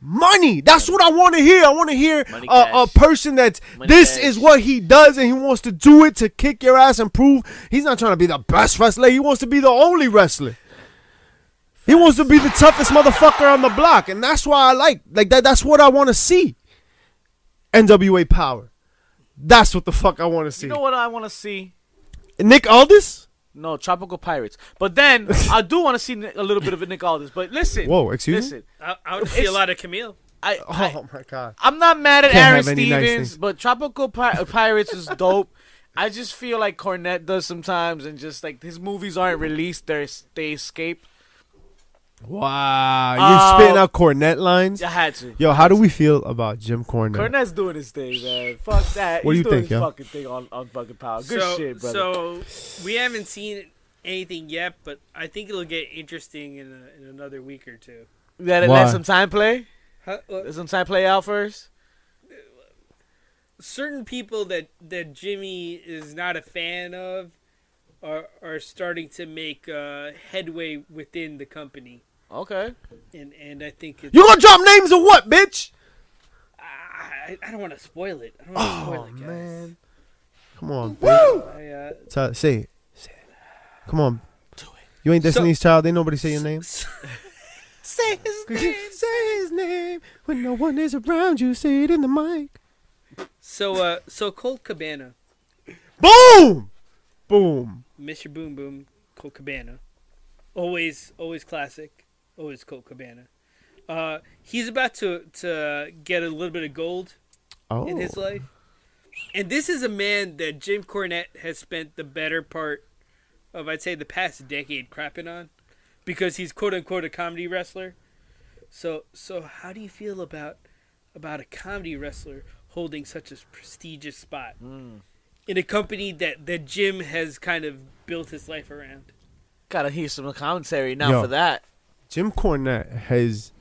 Speaker 4: Money. That's what I want to hear. I want to hear
Speaker 1: Money
Speaker 4: a, a
Speaker 1: cash.
Speaker 4: person that's
Speaker 1: Money
Speaker 4: this
Speaker 1: cash.
Speaker 4: is what he does and he wants to do it to kick your ass and prove he's not trying to be the best wrestler. He wants to be the only wrestler. He wants to be the toughest motherfucker on the block, and that's why I like like that. That's what I want to see. NWA Power. That's what the fuck I want to see.
Speaker 1: You know what I want to see?
Speaker 4: Nick Aldis?
Speaker 1: No, Tropical Pirates. But then I do want to see Nick- a little bit of Nick Aldis. But listen.
Speaker 4: Whoa, excuse me?
Speaker 1: listen,
Speaker 5: I, I would see a
Speaker 1: It's-
Speaker 5: lot of Camille.
Speaker 1: I, I
Speaker 4: Oh my god.
Speaker 1: I'm not mad at
Speaker 4: Can't
Speaker 1: Aaron
Speaker 4: have any nice
Speaker 1: Stevens,
Speaker 4: things.
Speaker 1: but Tropical Pi- uh, Pirates is dope. I just feel like Cornette does sometimes, and just like his movies aren't released, they they escape.
Speaker 4: Wow, you're spitting out cornet lines.
Speaker 1: I had to.
Speaker 4: Yo, how do we feel about Jim Cornette?
Speaker 1: Cornette's doing his thing, man. Fuck that.
Speaker 4: What do you
Speaker 1: He's doing
Speaker 4: think,
Speaker 1: his
Speaker 4: yo?
Speaker 1: fucking thing on, on fucking power. Good
Speaker 5: so,
Speaker 1: shit, brother.
Speaker 5: So we haven't seen anything yet, but I think it'll get interesting in, a, in another week or two.
Speaker 1: you gotta
Speaker 4: Why?
Speaker 1: let some time play.
Speaker 5: Huh, uh,
Speaker 1: Let some time play out first.
Speaker 5: certain people that that Jimmy is not a fan of are are starting to make uh, headway within the company,
Speaker 1: Okay.
Speaker 5: and and I think it's,
Speaker 4: you gonna drop names or what, bitch?
Speaker 5: I, I don't want to spoil it. I don't
Speaker 1: Oh,
Speaker 5: want to spoil it, guys.
Speaker 4: Come on, bitch.
Speaker 5: I, uh,
Speaker 4: Tell- say it. Come on. You ain't Destiny's Child. Ain't nobody say your name.
Speaker 5: say his
Speaker 4: say his name when no one is around. You say it in the mic.
Speaker 5: So uh, so Colt Cabana,
Speaker 4: Boom, boom.
Speaker 5: Mr. Boom Boom, Colt Cabana, always always classic, always Colt Cabana. Uh, he's about to to get a little bit of gold
Speaker 4: Oh,
Speaker 5: in his life. And this is a man that Jim Cornette has spent the better part of, I'd say, the past decade crapping on because he's quote unquote a comedy wrestler. So, so how do you feel about about a comedy wrestler holding such a prestigious spot
Speaker 4: Hmm.
Speaker 5: in a company that that Jim has kind of built his life around?
Speaker 1: Gotta hear some commentary now
Speaker 4: Yo.
Speaker 1: for that.
Speaker 4: Jim Cornette has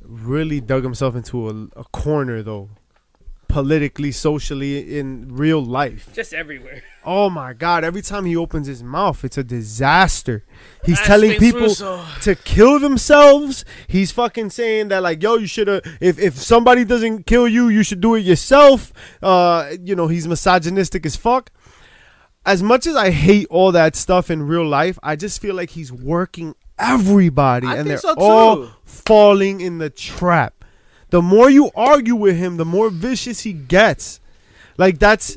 Speaker 4: really dug himself into a, a corner though, politically, socially, in real life.
Speaker 5: Just everywhere.
Speaker 4: Oh my God! Every time he opens his mouth, it's a disaster. He's
Speaker 1: Last
Speaker 4: telling
Speaker 1: things
Speaker 4: people
Speaker 1: Russo.
Speaker 4: to kill themselves. He's fucking saying that like, yo, you should have. If if somebody doesn't kill you, you should do it yourself. Uh, you know, he's misogynistic as fuck. As much as I hate all that stuff in real life, I just feel like he's working everybody,
Speaker 1: I
Speaker 4: and
Speaker 1: think
Speaker 4: they're
Speaker 1: so, too.
Speaker 4: all falling in the trap. The more you argue with him, the more vicious he gets. Like that's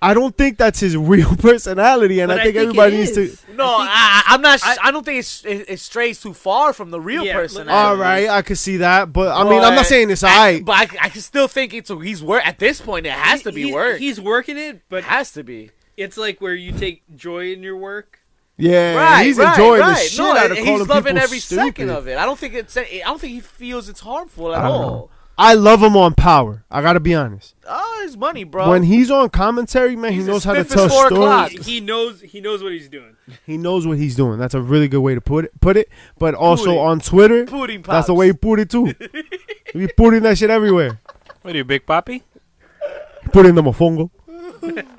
Speaker 4: I don't think that's his real personality, and
Speaker 5: But
Speaker 4: I think,
Speaker 5: it
Speaker 4: everybody needs to.
Speaker 5: is.
Speaker 1: No,
Speaker 5: I
Speaker 1: I,
Speaker 5: think-
Speaker 1: I, am not. I, don't think it's, it, it strays too far from the real
Speaker 5: Yeah,
Speaker 1: person.
Speaker 5: look-
Speaker 4: All right, I could see that, but I mean, I'm not saying it's all
Speaker 1: I,
Speaker 4: right.
Speaker 1: but I, I can still think it's he's work at this point. It has to be
Speaker 5: He-
Speaker 1: work.
Speaker 5: He's working it, but
Speaker 1: it has to be
Speaker 5: it's like where you take joy in your work.
Speaker 4: Yeah,
Speaker 1: right.
Speaker 4: he's
Speaker 1: right,
Speaker 4: enjoying the
Speaker 1: right.
Speaker 4: shit
Speaker 1: no,
Speaker 4: out of
Speaker 1: he's
Speaker 4: calling
Speaker 1: loving
Speaker 4: people
Speaker 1: every
Speaker 4: stupid.
Speaker 1: second of it. I don't think it's. I don't think he feels it's harmful at
Speaker 4: I don't
Speaker 1: all.
Speaker 4: I love him on Power. I gotta be honest.
Speaker 1: Oh, it's money, bro.
Speaker 4: When he's on commentary, man,
Speaker 1: He's
Speaker 4: he knows
Speaker 1: as
Speaker 4: how to
Speaker 1: stiff as
Speaker 4: tell
Speaker 1: four o'clock.
Speaker 4: stories.
Speaker 5: He, he knows he knows what he's doing.
Speaker 4: He knows what he's doing. That's a really good way to put it. Put it, but also
Speaker 1: Put it.
Speaker 4: on Twitter,
Speaker 1: Pudding pops.
Speaker 4: that's the way he put it too. he putting that shit everywhere.
Speaker 2: What are you, Big Poppy?
Speaker 4: Putting the mofongo,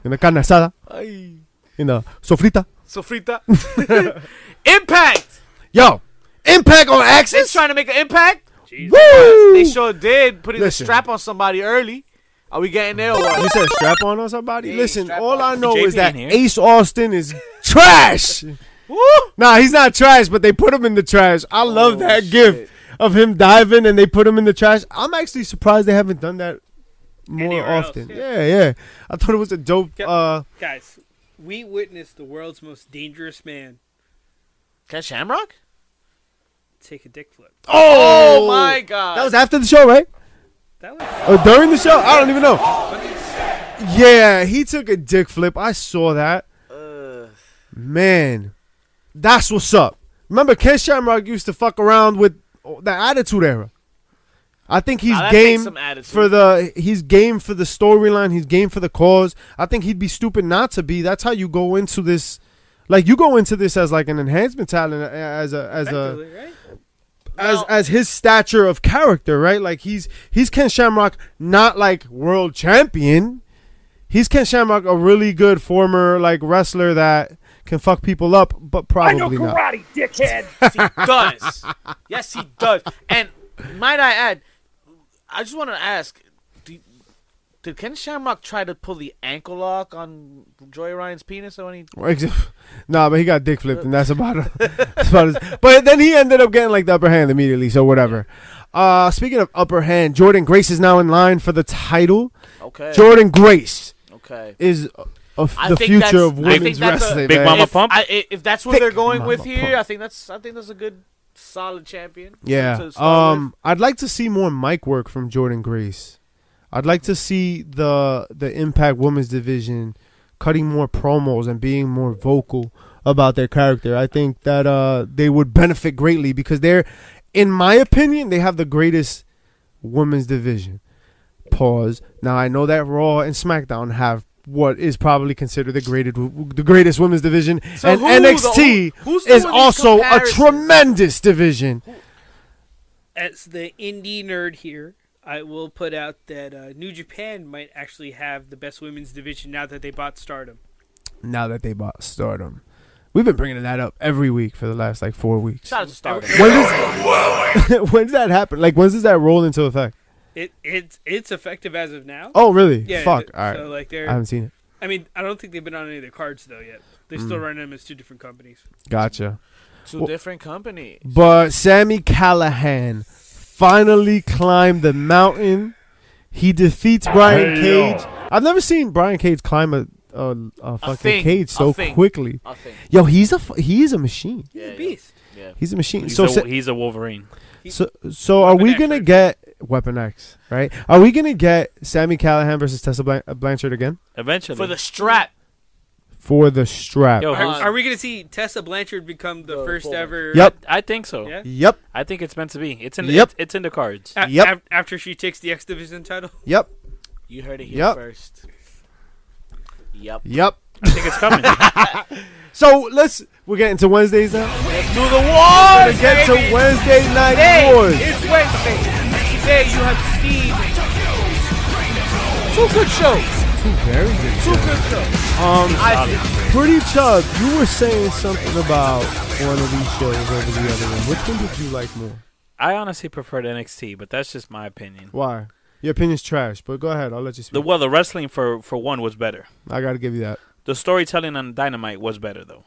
Speaker 4: in the carne asada,
Speaker 1: Ay.
Speaker 4: in the sofrita.
Speaker 1: Sofrita. impact.
Speaker 4: Yo, Impact on
Speaker 1: It's
Speaker 4: Axis.
Speaker 1: trying to make an impact.
Speaker 4: Woo!
Speaker 1: They sure did putting the
Speaker 4: Listen.
Speaker 1: strap on somebody early. Are we getting there? Or what?
Speaker 4: You said strap on on somebody?
Speaker 1: Yeah,
Speaker 4: Listen,
Speaker 1: strap
Speaker 4: all
Speaker 1: on.
Speaker 4: I know
Speaker 2: JP
Speaker 4: is that
Speaker 2: in here.
Speaker 4: Ace Austin is trash.
Speaker 1: Woo! Oh,
Speaker 4: nah, he's not trash, but they put him in the trash. I love that
Speaker 1: shit.
Speaker 4: gift of him diving and they put him in the trash. I'm actually surprised they haven't done that more
Speaker 5: Anywhere else,
Speaker 4: often.
Speaker 5: yeah.
Speaker 4: yeah. yeah, I thought it was a dope.
Speaker 5: Yep.
Speaker 4: Uh,
Speaker 5: Guys, we witnessed the world's most dangerous man
Speaker 1: Can Shamrock?
Speaker 5: take a dick flip.
Speaker 1: Oh, my god.
Speaker 4: that was after the show, right?
Speaker 5: That was
Speaker 4: Or during the show? I don't even know. Yeah, he took a dick flip. I saw that.
Speaker 1: Uh,
Speaker 4: Man, that's what's up. Remember, Ken Shamrock used to fuck around with the Attitude Era. I think he's
Speaker 1: Now that takes
Speaker 4: game
Speaker 1: some attitude.
Speaker 4: for the he's game for the storyline. He's game for the cause. I think he'd be stupid not to be. That's how you go into this. Like you go into this as like an enhancement talent, uh, as a as a
Speaker 5: effectively, right?
Speaker 4: as
Speaker 1: Now-
Speaker 4: as his stature of character, right? Like he's he's Ken Shamrock, not like world champion. He's Ken Shamrock, a really good former like wrestler that can fuck people up, but probably not.
Speaker 3: dickhead.
Speaker 1: he does. yes, he does. And might I add, I just want to ask: do, Did Ken Shamrock try to pull the ankle lock on Joy Ryan's penis or any?
Speaker 4: nah, but he got dick flipped, and that's about it. that's about it. But then he ended up getting like the upper hand immediately, so whatever. Uh, speaking of upper hand, Jordan Grace is now in line for the title.
Speaker 1: Okay.
Speaker 4: Jordan Grace
Speaker 1: okay.
Speaker 4: is of
Speaker 1: I
Speaker 4: the
Speaker 1: think
Speaker 4: future
Speaker 1: that's-
Speaker 4: of
Speaker 1: I think
Speaker 4: women's
Speaker 1: that's a-
Speaker 4: wrestling.
Speaker 2: Big
Speaker 4: man.
Speaker 2: Mama
Speaker 1: if,
Speaker 2: Pump?
Speaker 1: I, i- if that's what
Speaker 4: Thick
Speaker 1: they're going
Speaker 4: Mama
Speaker 1: with here,
Speaker 4: Pump.
Speaker 1: I think that's I think that's a good solid champion.
Speaker 4: Yeah.
Speaker 1: to start
Speaker 4: Um, I'd like to see more mic work from Jordan Grace. I'd like to see the the Impact Women's Division cutting more promos and being more vocal about their character. I think that uh, they would benefit greatly because they're, in my opinion, they have the greatest women's division. Pause. Now I know that Raw and SmackDown have what is probably considered the graded the greatest women's division,
Speaker 1: So
Speaker 4: and
Speaker 1: who the-
Speaker 4: NXT
Speaker 1: who's doing
Speaker 4: is
Speaker 1: these
Speaker 4: also a
Speaker 1: comparisons?
Speaker 4: tremendous division.
Speaker 5: As the indie nerd here, I will put out that uh, New Japan might actually have the best women's division now that they bought Stardom.
Speaker 4: now that they bought Stardom. We've been bringing that up every week for the last like four weeks.
Speaker 1: Shout out to Stardom.
Speaker 4: When does, when does that happen? Like, when does that roll into effect?
Speaker 5: It it's it's effective as of now.
Speaker 4: Oh, really?
Speaker 5: Yeah,
Speaker 4: Fuck.
Speaker 5: th-
Speaker 4: All right.
Speaker 5: So
Speaker 4: I
Speaker 5: like they're,
Speaker 4: haven't Mm. seen it.
Speaker 5: I mean, I don't think they've been on any of the cards though yet. They still run them as two different companies.
Speaker 4: Gotcha.
Speaker 1: Two
Speaker 4: Well-
Speaker 1: different companies.
Speaker 4: But Sammy Callahan finally climbed the mountain. He defeats Brian
Speaker 3: Hey,
Speaker 4: Cage.
Speaker 3: yo.
Speaker 4: I've never seen Brian Cage climb a, a, a fucking
Speaker 1: thing,
Speaker 4: cage
Speaker 1: a
Speaker 4: so
Speaker 1: thing.
Speaker 4: quickly.
Speaker 1: I think.
Speaker 4: Yo, he's a fu- he is a machine.
Speaker 5: He's
Speaker 1: Yeah,
Speaker 5: a
Speaker 1: yeah.
Speaker 5: beast.
Speaker 4: He's a machine.
Speaker 2: He's,
Speaker 4: so
Speaker 2: a,
Speaker 4: Sa-
Speaker 2: he's a Wolverine.
Speaker 4: So, so are we
Speaker 5: Weapon X,
Speaker 4: gonna
Speaker 5: right?
Speaker 4: get Weapon X? Right? Are we gonna get Sammy Callahan versus Tessa Blan- uh, Blanchard again
Speaker 2: Eventually.
Speaker 1: For the strap.
Speaker 4: for the strap?
Speaker 2: Yo,
Speaker 5: Are,
Speaker 1: Uh,
Speaker 5: are we gonna see Tessa Blanchard become the
Speaker 1: the
Speaker 5: first
Speaker 1: fullback.
Speaker 5: ever?
Speaker 4: Yep.
Speaker 2: I think so.
Speaker 5: Yeah.
Speaker 4: Yep.
Speaker 2: I think it's meant to be. It's in.
Speaker 4: Yep.
Speaker 2: It's, it's in the cards.
Speaker 5: A-
Speaker 4: Yep.
Speaker 5: af- after she takes the X Division title,
Speaker 4: Yep.
Speaker 1: You heard it here
Speaker 4: Yep.
Speaker 1: first. Yep.
Speaker 4: Yep.
Speaker 2: I think it's coming.
Speaker 4: So let's we're getting to Wednesdays now.
Speaker 1: Let's do the wars,
Speaker 4: We get to
Speaker 1: baby.
Speaker 4: Wednesday night
Speaker 1: Today
Speaker 4: wars.
Speaker 1: is Wednesday. Today you have seen two good shows.
Speaker 4: Very good.
Speaker 1: Two good shows.
Speaker 4: Um,
Speaker 1: I think
Speaker 4: Pretty Chubb, you were saying something about one of these shows over the other one. Which one did you like more?
Speaker 2: I honestly preferred NXT, but that's just my opinion.
Speaker 4: Why? Your opinion's trash, but go ahead. I'll let you
Speaker 2: The
Speaker 4: speak.
Speaker 2: well, the wrestling for for one was better.
Speaker 4: I gotta give you that.
Speaker 2: The storytelling on Dynamite was better though.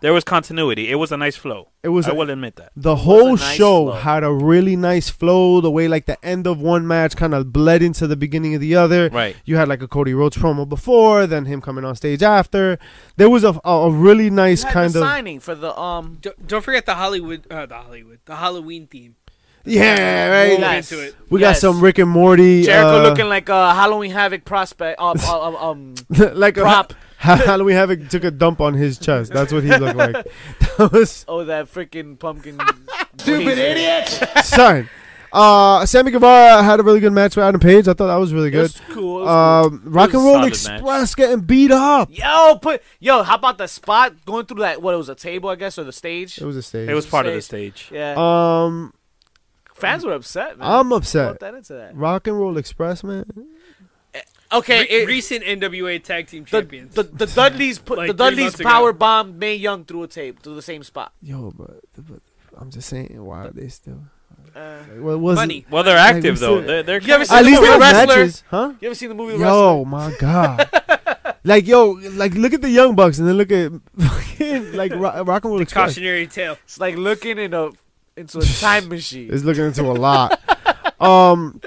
Speaker 2: There was continuity. It was a nice flow.
Speaker 4: It was
Speaker 2: I
Speaker 4: a-
Speaker 2: will admit that.
Speaker 4: The whole
Speaker 1: nice
Speaker 4: show
Speaker 1: flow.
Speaker 4: had a really nice flow. The way like the end of one match kind of bled into the beginning of the other.
Speaker 2: Right.
Speaker 4: You had like a Cody Rhodes promo before, then him coming on stage after. There was a a, a really nice
Speaker 1: You had
Speaker 4: kind
Speaker 1: the
Speaker 4: of
Speaker 1: signing for the um.
Speaker 5: Don't, don't forget the Hollywood, uh, the Hollywood, the Halloween theme.
Speaker 4: yeah right.
Speaker 5: We'll get
Speaker 1: Yes.
Speaker 5: into it.
Speaker 4: We got
Speaker 1: Yes.
Speaker 4: some Rick and Morty.
Speaker 1: Jericho
Speaker 4: uh,
Speaker 1: looking like a Halloween Havoc prospect. Uh, uh, uh, um,
Speaker 4: like
Speaker 1: prop.
Speaker 4: A, Halloween Havoc took a dump on his chest. That's what he looked like. That was
Speaker 1: oh, that freaking pumpkin.
Speaker 3: Stupid idiot!
Speaker 4: son. Uh, Sammy Guevara had a really good match with Adam Page. I thought that was really good.
Speaker 1: That's cool. That's
Speaker 4: Um, Rock
Speaker 2: It was
Speaker 4: and
Speaker 2: a
Speaker 4: Roll
Speaker 2: solid
Speaker 4: Express getting beat up.
Speaker 1: cool. Yo, put yo. How about the spot going through that? What it was a table, I guess, or the stage.
Speaker 4: It was a stage.
Speaker 2: It was part of the stage.
Speaker 1: Yeah,
Speaker 4: Uh, Um,
Speaker 1: fans were upset. Man.
Speaker 4: I'm
Speaker 1: Brought
Speaker 4: upset.
Speaker 1: that into that.
Speaker 4: Rock and Roll Express, man.
Speaker 1: Okay,
Speaker 5: Re-
Speaker 1: it,
Speaker 5: recent NWA Tag Team
Speaker 1: the,
Speaker 5: Champions.
Speaker 1: the the Dudleys put
Speaker 5: Like
Speaker 1: the
Speaker 5: three
Speaker 1: Dudleys
Speaker 5: months ago.
Speaker 1: power bombed May Young through a tape through the same spot.
Speaker 4: Yo, but, but I'm just saying, why are they still?
Speaker 1: Uh,
Speaker 4: Like, what was
Speaker 5: money.
Speaker 2: Well, they're
Speaker 4: Like we
Speaker 2: active though.
Speaker 4: said.
Speaker 2: They're, they're
Speaker 1: You ever
Speaker 2: kind
Speaker 4: It? At
Speaker 1: seen
Speaker 4: least
Speaker 1: the
Speaker 4: they
Speaker 1: movie
Speaker 4: had
Speaker 1: Wrestler?
Speaker 4: matches, huh?
Speaker 1: You ever seen the movie The Wrestler?
Speaker 4: Yo, my god. Like yo, like look at the Young Bucks and then look at fucking like Ro- Rock and Roll Express.
Speaker 5: cautionary tale.
Speaker 1: It's like looking in a into a time machine.
Speaker 4: is looking into a lot. um,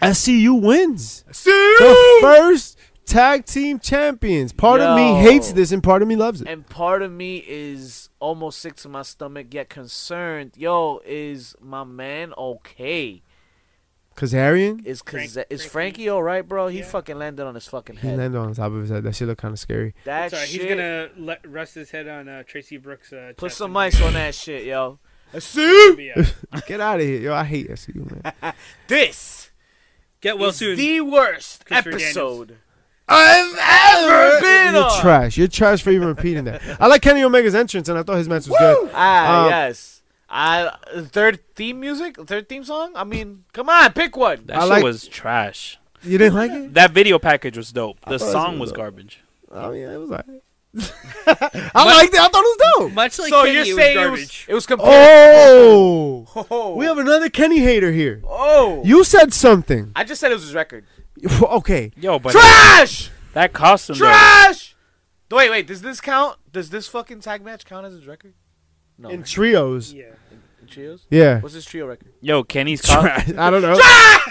Speaker 4: SCU wins the
Speaker 1: See?
Speaker 4: first tag team champions. Part of me
Speaker 1: Yo.
Speaker 4: hates this, and part of me loves it.
Speaker 1: And part of me is almost sick to my stomach, yet concerned. Yo, is my man okay?
Speaker 4: Kazarian,
Speaker 1: Is Kaz-
Speaker 5: Frank-
Speaker 1: is
Speaker 5: Frankie.
Speaker 1: Frankie all right, bro? He
Speaker 5: Yeah.
Speaker 1: fucking landed on his fucking
Speaker 4: he
Speaker 1: head.
Speaker 4: landed on top of his head. That shit looked kind of scary.
Speaker 1: That
Speaker 5: Sorry,
Speaker 1: shit.
Speaker 5: he's gonna let, rest his head on uh, Tracy Brooks. Uh,
Speaker 1: Put
Speaker 5: chest
Speaker 1: some
Speaker 5: and-
Speaker 1: ice on that shit, yo. See
Speaker 5: Yeah.
Speaker 4: Get out of here, yo! I hate SCU, man.
Speaker 1: this.
Speaker 5: Get well
Speaker 1: is
Speaker 5: soon.
Speaker 1: the worst
Speaker 5: Christopher Daniels.
Speaker 1: episode.
Speaker 4: Ever
Speaker 1: been
Speaker 4: You're
Speaker 1: on.
Speaker 4: trash. You're trash for even repeating that. I like Kenny Omega's entrance, and I thought his match was good.
Speaker 1: Ah,
Speaker 4: Um,
Speaker 1: yes. I third theme music, third theme song. I mean, come on, pick one.
Speaker 2: That
Speaker 4: I
Speaker 2: shit
Speaker 4: like-
Speaker 2: was trash.
Speaker 4: You didn't like it?
Speaker 2: That video package was dope. The
Speaker 4: thought it
Speaker 2: song
Speaker 4: was
Speaker 2: was
Speaker 4: dope.
Speaker 2: garbage.
Speaker 4: Oh yeah, it was alright. I liked it. I thought it was dope.
Speaker 5: Much like
Speaker 1: so
Speaker 5: Kenny,
Speaker 1: you're
Speaker 5: it was
Speaker 1: saying it was,
Speaker 5: garbage.
Speaker 1: it was compared?
Speaker 4: Oh,
Speaker 1: Oh,
Speaker 4: we have another Kenny hater here.
Speaker 1: oh.
Speaker 4: You said something.
Speaker 1: I just said it was his record.
Speaker 4: Okay.
Speaker 2: Yo, but
Speaker 1: Trash,
Speaker 2: that costume though.
Speaker 1: trash. Wait, wait. Does this count? Does this fucking tag match count as his record? No.
Speaker 4: In trios.
Speaker 5: Yeah.
Speaker 1: in trios.
Speaker 4: Yeah.
Speaker 1: What's his trio record?
Speaker 2: Yo, Kenny's costume.
Speaker 4: I don't know.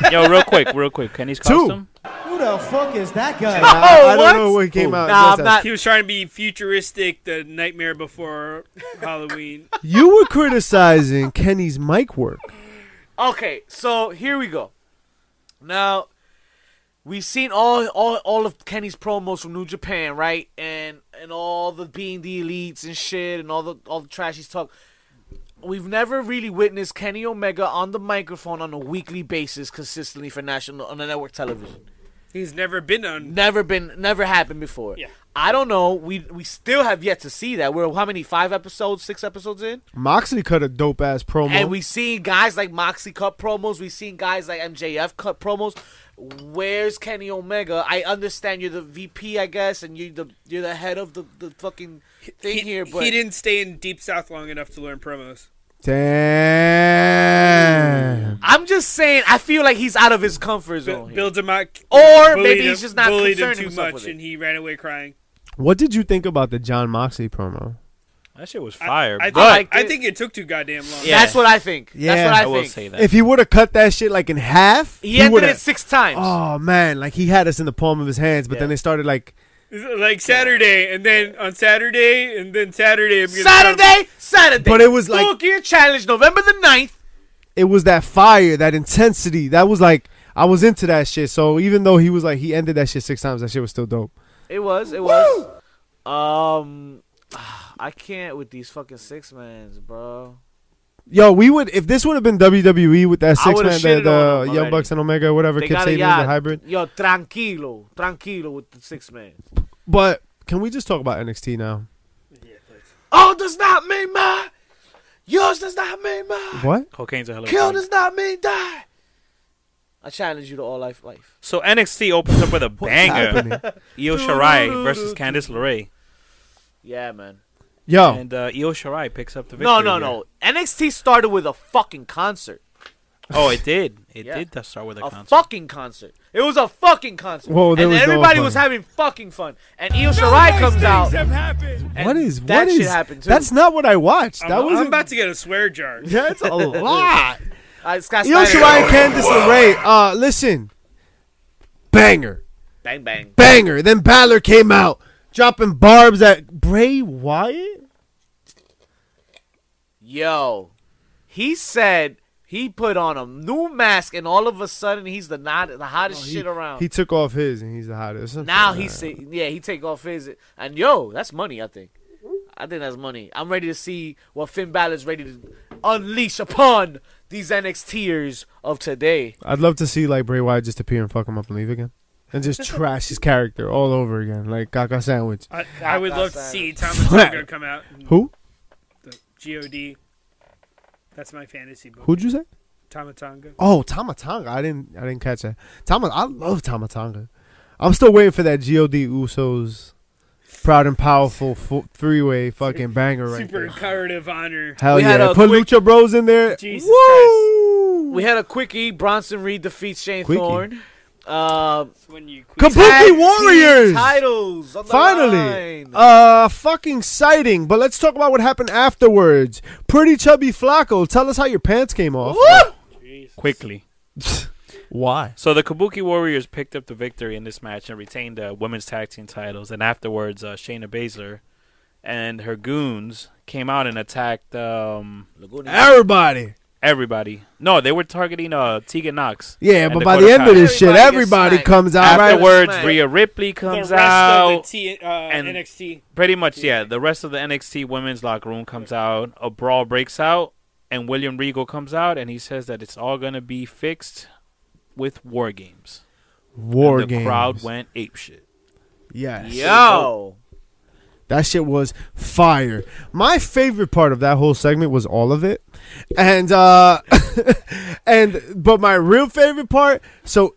Speaker 2: Yo, real quick, real quick. Kenny's costume.
Speaker 6: Who the fuck is that guy?
Speaker 4: I don't
Speaker 1: what?
Speaker 4: know what came
Speaker 2: Ooh.
Speaker 4: out.
Speaker 1: Nah,
Speaker 4: just that.
Speaker 1: I'm not.
Speaker 5: He was trying to be futuristic, the nightmare before Halloween.
Speaker 4: You were criticizing Kenny's mic work.
Speaker 1: Okay, so here we go. Now, we've seen all all all of Kenny's promos from New Japan, right? And and all the being the elites and shit, and all the all the trash he's talk. We've never really witnessed Kenny Omega on the microphone on a weekly basis consistently for national on the network television.
Speaker 5: He's never been on.
Speaker 1: Never been, never happened before.
Speaker 5: Yeah.
Speaker 1: I don't know. We we still have yet to see that. We're how many five episodes, six episodes in?
Speaker 4: Moxley cut a dope ass promo.
Speaker 1: And we seen guys like Moxie cut promos. we seen guys like MJF cut promos. Where's Kenny Omega? I understand you're the VP, I guess, and you're the you're the head of the, the fucking thing
Speaker 5: He,
Speaker 1: here. But
Speaker 5: he didn't stay in Deep South long enough to learn promos.
Speaker 4: Damn.
Speaker 1: I'm just saying, I feel like he's out of his comfort
Speaker 5: B-
Speaker 1: zone. here.
Speaker 5: Bill DeMott
Speaker 1: Or
Speaker 5: bullied
Speaker 1: maybe
Speaker 5: him-
Speaker 1: he's just not
Speaker 5: bullied him
Speaker 1: concerning
Speaker 5: too
Speaker 1: himself
Speaker 5: much,
Speaker 1: with it.
Speaker 5: and he ran away crying.
Speaker 4: What did you think about the John Moxley promo?
Speaker 2: That shit was fire.
Speaker 5: I, I,
Speaker 2: but
Speaker 5: think,
Speaker 1: liked
Speaker 5: I
Speaker 1: it.
Speaker 5: think it took too goddamn long.
Speaker 1: That's what I think.
Speaker 4: Yeah.
Speaker 1: That's what I,
Speaker 2: I will
Speaker 1: think.
Speaker 2: say that.
Speaker 4: If he would have cut that shit like in half,
Speaker 1: He ended
Speaker 4: would've-
Speaker 1: it six times.
Speaker 4: Oh man, like he had us in the palm of his hands, but then
Speaker 1: Yeah.
Speaker 4: they started like
Speaker 5: like Saturday, and then on Saturday, and then Saturday. I'm gonna
Speaker 1: Saturday, Saturday.
Speaker 4: But it was like-
Speaker 1: Full Gear Challenge, November the 9th.
Speaker 4: it was that fire, that intensity. That was like I was into that shit. So even though he was like he ended that shit six times, that shit was still dope.
Speaker 1: It was. It was. Um, I can't with these fucking six mans, bro.
Speaker 4: Yo, we would if this would have been WWE with that
Speaker 1: I
Speaker 4: six
Speaker 1: would've
Speaker 4: man, the,
Speaker 1: shitted on
Speaker 4: the
Speaker 1: him
Speaker 4: Young
Speaker 1: already.
Speaker 4: Bucks and Omega, whatever,
Speaker 1: They
Speaker 4: Kip
Speaker 1: got a
Speaker 4: Sabian, the hybrid.
Speaker 1: Yo, tranquilo, tranquilo with the six man.
Speaker 4: But can we just talk about NXT now?
Speaker 1: Oh, does not mean my. Yours does not mean my.
Speaker 4: What?
Speaker 2: cocaine's a hell of a
Speaker 1: Kill
Speaker 2: drug.
Speaker 1: does not mean die. I challenge you to all life, life.
Speaker 2: So NXT opens up with a banger.
Speaker 4: Happening?
Speaker 2: Io Shirai versus Candice LeRae,
Speaker 1: Yeah, man.
Speaker 4: Yo,
Speaker 2: and uh, Io Shirai picks up the victory.
Speaker 1: No, no,
Speaker 2: here.
Speaker 1: no. NXT started with a fucking concert.
Speaker 2: Oh, it did. It
Speaker 1: Yeah.
Speaker 2: did start with a,
Speaker 1: a
Speaker 2: concert.
Speaker 1: fucking concert. It was a fucking concert.
Speaker 4: Whoa, that
Speaker 1: and
Speaker 4: was no
Speaker 1: everybody
Speaker 4: fun.
Speaker 1: was having fucking fun. And Io Shirai comes out. and
Speaker 4: What is
Speaker 1: that
Speaker 4: what
Speaker 1: shit
Speaker 4: is-
Speaker 1: happened too?
Speaker 4: That's not what I watched.
Speaker 5: I'm,
Speaker 4: that was
Speaker 5: I'm about to get a swear jar.
Speaker 4: That's a lot.
Speaker 1: uh, Scott
Speaker 4: Io
Speaker 1: Steiner.
Speaker 4: Shirai and Candice LeRae. Uh, listen, banger,
Speaker 1: Bang bang.
Speaker 4: banger. Then Balor came out dropping barbs at Bray Wyatt.
Speaker 1: Yo, he said he put on a new mask, and all of a sudden he's the not the hottest shit around.
Speaker 4: He took off his, and he's the hottest.
Speaker 1: now he say, yeah, he take off his and yo, that's money. I think, I think that's money. I'm ready to see what Finn Balor's ready to unleash upon these NXTers of today.
Speaker 4: I'd love to see like Bray Wyatt just appear and fuck him up and leave again, and just trash his character all over again, like Kaka Sandwich.
Speaker 5: I, I would love to
Speaker 1: Outside.
Speaker 5: see Thomas Tucker come out. and
Speaker 4: Who?
Speaker 5: The God. That's my fantasy book.
Speaker 4: Who'd you say?
Speaker 5: Tamatanga.
Speaker 4: Oh, Tamatanga. I didn't. I didn't catch that. Tama. I love Tamatanga. I'm still waiting for that God Usos, proud and powerful fo- three way fucking banger right
Speaker 5: Super
Speaker 4: there.
Speaker 5: comparative honor.
Speaker 4: Hell
Speaker 1: We had
Speaker 4: yeah!
Speaker 1: a
Speaker 4: Put
Speaker 1: quick-
Speaker 4: Lucha Bros in there.
Speaker 5: Jesus
Speaker 4: Woo!
Speaker 1: We had a quickie. Bronson Reed defeats Shane
Speaker 4: Quickie.
Speaker 1: Thorne. Uh,
Speaker 5: It's when you quit.
Speaker 4: Kabuki
Speaker 1: tag team
Speaker 4: Warriors!
Speaker 1: titles on the
Speaker 4: Finally,
Speaker 1: line.
Speaker 4: uh, fucking sighting. But let's talk about what happened afterwards. Pretty chubby Flacco, tell us how your pants came off.
Speaker 2: Quickly.
Speaker 4: Why?
Speaker 2: So the Kabuki Warriors picked up the victory in this match and retained the women's tag team titles. And afterwards, uh, Shayna Baszler and her goons came out and attacked um,
Speaker 4: Everybody.
Speaker 2: everybody. No, they were targeting uh, Tegan Knox.
Speaker 4: Yeah,
Speaker 2: and
Speaker 4: but by the end of
Speaker 2: Dakota Kai.
Speaker 4: this shit,
Speaker 1: Everybody gets
Speaker 4: everybody
Speaker 1: smacked.
Speaker 4: comes out. right?
Speaker 2: afterwards,
Speaker 1: Smack.
Speaker 2: Rhea Ripley comes
Speaker 5: the rest
Speaker 2: out.
Speaker 5: of the T, uh,
Speaker 2: and-
Speaker 5: NXT.
Speaker 2: Pretty much, yeah. The rest of the NXT women's locker room comes out. A brawl breaks out, and William Regal comes out, and he says that it's all gonna be fixed with war games.
Speaker 4: War
Speaker 2: and the
Speaker 4: games.
Speaker 2: crowd went ape shit.
Speaker 4: Yes.
Speaker 1: Yo,
Speaker 4: That shit was fire. My favorite part of that whole segment was all of it. And uh and but my real favorite part, so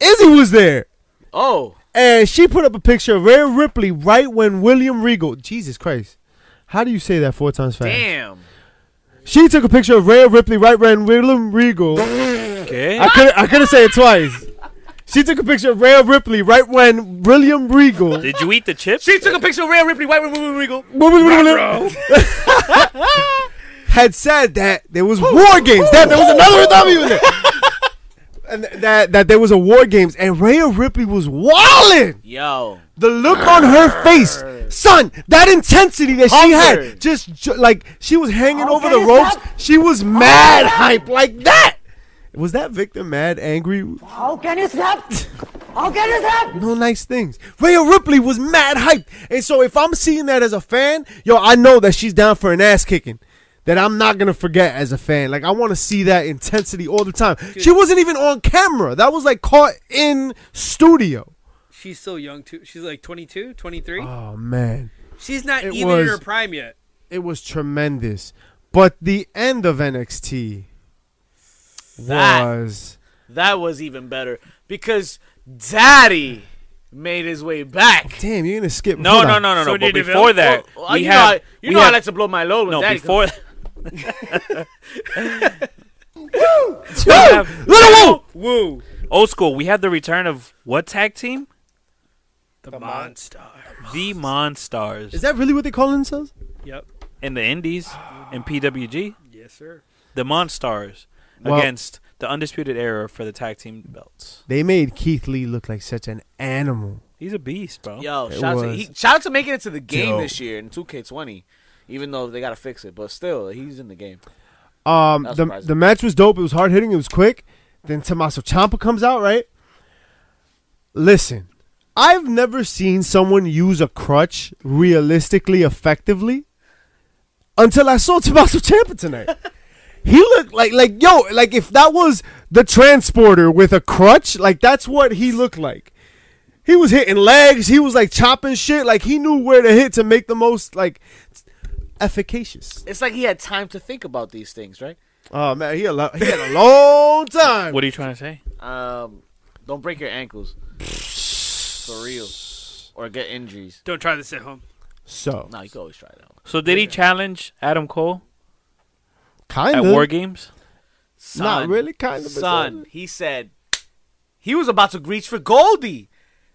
Speaker 4: Izzy was there.
Speaker 1: oh,
Speaker 4: And she put up a picture of Rhea Ripley right when William Regal Jesus Christ. How do you say that four times fast?
Speaker 1: damn.
Speaker 4: She took a picture of Rhea Ripley right when William Regal
Speaker 2: Okay.
Speaker 4: I could I couldn't say it twice. She took a picture of Rhea Ripley right when William Regal
Speaker 2: Did you eat the chips?
Speaker 1: She took a picture of Rhea Ripley, White Woman Regal.
Speaker 4: had said that there was war games. That there was another W in there. And th- that that there was a war games and Rhea Ripley was wilding.
Speaker 1: Yo,
Speaker 4: The look on her face, son, that intensity that she
Speaker 1: Hunger.
Speaker 4: had, just ju- like she was hanging over the ropes. She was mad hype like that. Was that Victor mad, angry?
Speaker 7: How can you stop? How can you stop?
Speaker 4: No nice things. Rhea Ripley was mad hype. And so if I'm seeing that as a fan, yo, I know that she's down for an ass kicking. That I'm not gonna forget as a fan. Like I wanna see that intensity all the time. She wasn't even on camera. That was like caught in studio.
Speaker 5: She's still young too. She's like 22, 23.
Speaker 4: Oh man.
Speaker 5: She's not
Speaker 4: it
Speaker 5: even in
Speaker 4: was-
Speaker 5: her prime yet.
Speaker 4: It was tremendous. But the end of NXT
Speaker 1: That-
Speaker 4: was
Speaker 1: that was even better because Daddy made his way back.
Speaker 4: Damn, you're gonna skip
Speaker 2: no,
Speaker 4: hold
Speaker 2: no, no,
Speaker 4: on.
Speaker 2: no, no.
Speaker 5: So
Speaker 2: but
Speaker 5: did it
Speaker 2: before that,
Speaker 1: Well, uh,
Speaker 2: we
Speaker 1: you know,
Speaker 2: had
Speaker 1: I, you
Speaker 2: we
Speaker 1: know
Speaker 2: had,
Speaker 1: I like to blow my load when
Speaker 2: no
Speaker 1: Daddy
Speaker 2: before.
Speaker 4: Woo! Little Woo!
Speaker 5: Woo.
Speaker 2: Old school. We had the return of what tag team?
Speaker 5: The, monster.
Speaker 2: The Monstars
Speaker 4: Is that really what they call themselves?
Speaker 5: Yep.
Speaker 2: in the Indies and PWG.
Speaker 5: Yes, sir.
Speaker 2: The Monstars
Speaker 4: Well-
Speaker 2: against the Undisputed Era for the tag team belts.
Speaker 4: They made Keith Lee look like such an animal.
Speaker 2: He's a beast, bro.
Speaker 1: Yo,
Speaker 4: It
Speaker 1: shout out, to,
Speaker 4: was
Speaker 1: he, shout out to making it to the game
Speaker 4: dope.
Speaker 1: this year in 2K20, even though they gotta fix it. But still, he's in the game.
Speaker 4: Um,
Speaker 1: Not
Speaker 4: the,
Speaker 1: surprising.
Speaker 4: the match was dope. It was hard hitting. It was quick. Then Tommaso Ciampa comes out, right? Listen, I've never seen someone use a crutch realistically effectively until I saw Tommaso Ciampa tonight. he looked like like yo like if that was the transporter with a crutch, like that's what he looked like. He was hitting legs. He was like chopping shit. Like he knew where to hit to make the most like efficacious.
Speaker 1: It's like he had time to think about these things, right?
Speaker 4: Oh man, he, a lo- he had a long time.
Speaker 2: What are you trying to say?
Speaker 1: Um, don't break your ankles for real, or get injuries.
Speaker 5: Don't try this at home.
Speaker 4: So
Speaker 1: No, you can always try that. One.
Speaker 2: So did he challenge Adam Cole
Speaker 4: kind
Speaker 2: at
Speaker 4: of
Speaker 2: War Games?
Speaker 1: Son,
Speaker 4: Not really, kind of. but
Speaker 1: Son, he said he was about to reach for Goldie,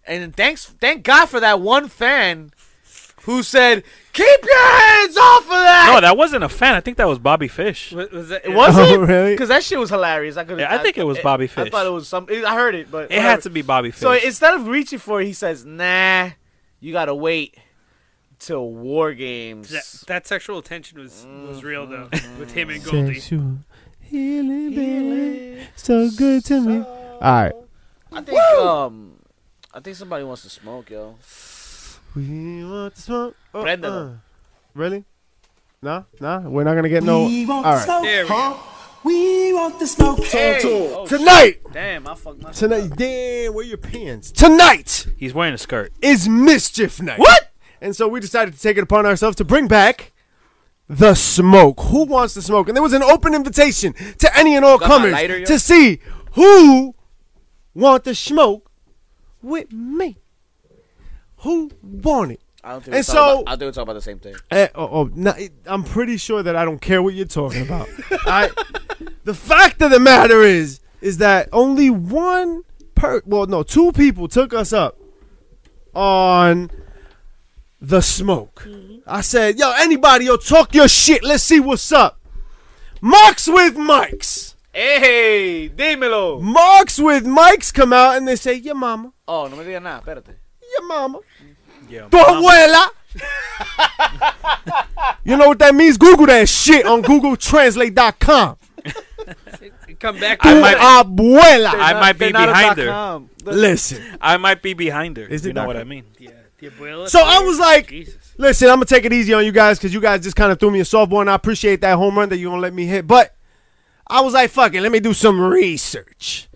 Speaker 1: and thanks, thank God for that one fan who said, "Keep your hands off of that."
Speaker 2: No, Oh, that wasn't a fan. I think that was Bobby Fish.
Speaker 5: Was, was that,
Speaker 1: It was
Speaker 4: Oh,
Speaker 1: it?
Speaker 4: really?
Speaker 1: Because that shit was hilarious. I could.
Speaker 2: Yeah, I think it was Bobby
Speaker 1: I
Speaker 2: Fish.
Speaker 1: thought it was some. I heard it, but
Speaker 2: It had to be Bobby Fish.
Speaker 1: So instead of reaching for it, he says, "Nah, you gotta wait till War Games."
Speaker 5: that, that sexual attention was was real though with him
Speaker 4: Mm.
Speaker 5: and Goldie.
Speaker 4: Sexual healing, baby, so good to me. All right.
Speaker 1: I think um, I think somebody wants to smoke, yo.
Speaker 4: We want to smoke. Oh,
Speaker 1: Brenda.
Speaker 4: uh. Really? No, no, we're not gonna get no.
Speaker 6: we want
Speaker 4: all
Speaker 6: the
Speaker 4: right.
Speaker 6: smoke,
Speaker 5: There we go.
Speaker 6: huh? We want the smoke.
Speaker 1: Hey! Oh,
Speaker 4: Tonight,
Speaker 1: damn, I fucked my.
Speaker 4: tonight, damn, where your pants? Tonight
Speaker 2: He's wearing a skirt.
Speaker 4: is mischief night. What? And so we decided to take it upon ourselves to bring back the smoke. Who wants to smoke? And there was an open invitation to any and all
Speaker 1: Got my
Speaker 4: comers
Speaker 1: lighter, yo?
Speaker 4: to see who want to smoke with me. Who want it?
Speaker 1: I don't think.
Speaker 4: And
Speaker 1: we talk
Speaker 4: so-
Speaker 1: about, I think we talk about the same thing.
Speaker 4: Eh, oh, oh no, it- I'm pretty sure that I don't care what you're talking about. I, the fact of the matter is, is that only one per, well, no, two people took us up on the smoke. I said, yo, anybody, yo, talk your shit. Let's see what's up. Marks with mics.
Speaker 1: Hey, dímelo.
Speaker 4: Marks with mics come out and they say, your mama,
Speaker 1: Oh, no me digas nada. Espérate.
Speaker 4: your mama,
Speaker 2: Yeah.
Speaker 4: tu abuela. you know what that means? Google that shit on GoogleTranslate.com.
Speaker 5: Come back.
Speaker 2: I
Speaker 4: tu
Speaker 2: might-
Speaker 4: abuela.
Speaker 2: I might be behind her.
Speaker 4: listen,
Speaker 2: I might be behind her.
Speaker 4: Is it
Speaker 2: you know
Speaker 4: not-
Speaker 2: what I mean?
Speaker 5: yeah, the abuela
Speaker 4: So I was like-
Speaker 5: Jesus.
Speaker 4: listen. I'm gonna take it easy on you guys because you guys just kind of threw me a softball, and I appreciate that home run that you gonna let me hit. But I was like, fuck it, let me do some research.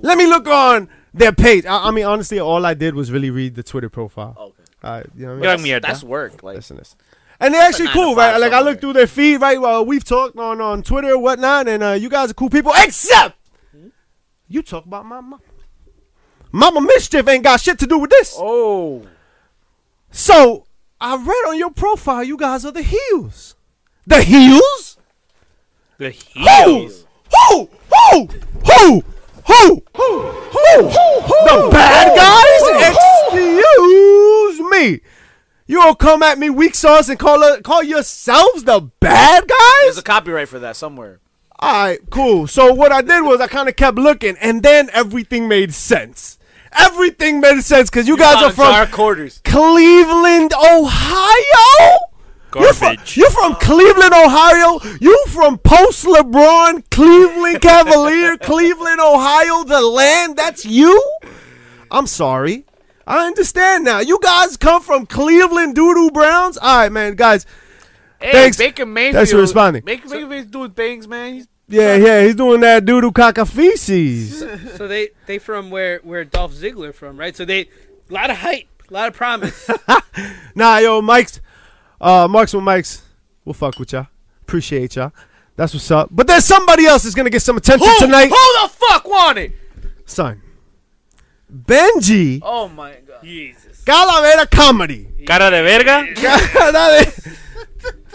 Speaker 4: Let me look on their page. I, I mean, honestly, all I did was really read the Twitter profile.
Speaker 1: Okay.
Speaker 4: Uh, you know what I mean?
Speaker 2: Young mierda.
Speaker 1: That's work. Like,
Speaker 4: Listen, listen. And they're actually
Speaker 1: nine to
Speaker 4: cool,
Speaker 1: five
Speaker 4: right? Like I
Speaker 1: somewhere.
Speaker 4: looked through their feed, right? Well, we've talked on on Twitter, and whatnot, and uh, you guys are cool people, except you talk about my mama. Mama mischief ain't got shit to do with this.
Speaker 1: oh,
Speaker 4: So I read on your profile, you guys are the heels. The heels?
Speaker 2: The
Speaker 4: Who?
Speaker 2: heels.
Speaker 4: Who? Who? Who? Who? Who? Who? The bad guys? Excuse me. You all come at me weak sauce and call uh, call yourselves the bad
Speaker 1: there's
Speaker 4: guys?
Speaker 1: a copyright for that somewhere.
Speaker 4: All right, cool. So what I did was I kind of kept looking, and then everything made sense. Everything made sense because you, guys are
Speaker 1: Monitor our
Speaker 4: from
Speaker 1: quarters.
Speaker 4: Cleveland, Ohio. You're from,
Speaker 2: Garbage.
Speaker 4: you're from Cleveland, Ohio. You from post LeBron Cleveland Cavalier, Cleveland, Ohio, the land. That's you. I'm sorry. I understand now. You guys come from Cleveland Doodoo Browns. All right, man, guys.
Speaker 1: Hey,
Speaker 4: Thanks.
Speaker 1: Baker Mayfield.
Speaker 4: Thanks for responding.
Speaker 1: Baker Mayfield's doing things, man. He's
Speaker 4: Yeah, yeah, he's doing that doodoo caca feces.
Speaker 5: So they they from where where Dolph Ziggler from right? So they a lot of hype, a lot of promise.
Speaker 4: Nah, yo, Mike's, uh, Marks with Mike's. We'll fuck with y'all. Appreciate y'all. That's what's up. But there's somebody else that's gonna get some attention
Speaker 1: who?
Speaker 4: tonight,
Speaker 1: Who the fuck won it?
Speaker 4: son. Benji.
Speaker 1: Oh my god.
Speaker 5: Jesus.
Speaker 4: Calavera comedy.
Speaker 2: Cara de verga.
Speaker 4: Cara de-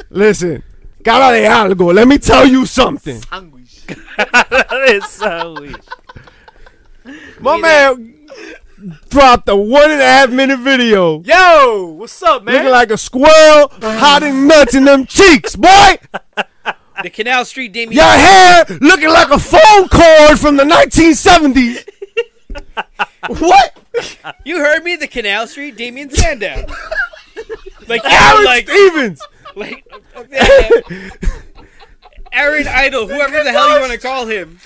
Speaker 4: Listen, cara de algo. Let me tell you something.
Speaker 1: Anguish.
Speaker 2: that is so weird.
Speaker 4: My man dropped a one and a half minute video.
Speaker 1: Yo, what's up, man?
Speaker 4: Looking like a squirrel hiding nuts in them cheeks, boy.
Speaker 5: The Canal Street Damien.
Speaker 4: Your hair looking like a phone cord from the 1970s. What?
Speaker 5: You heard me, the Canal Street Damien Sandow. like Aaron,
Speaker 4: Aaron
Speaker 5: like
Speaker 4: Stevens.
Speaker 5: like okay, Aaron Idol, whoever the hell you want to call him.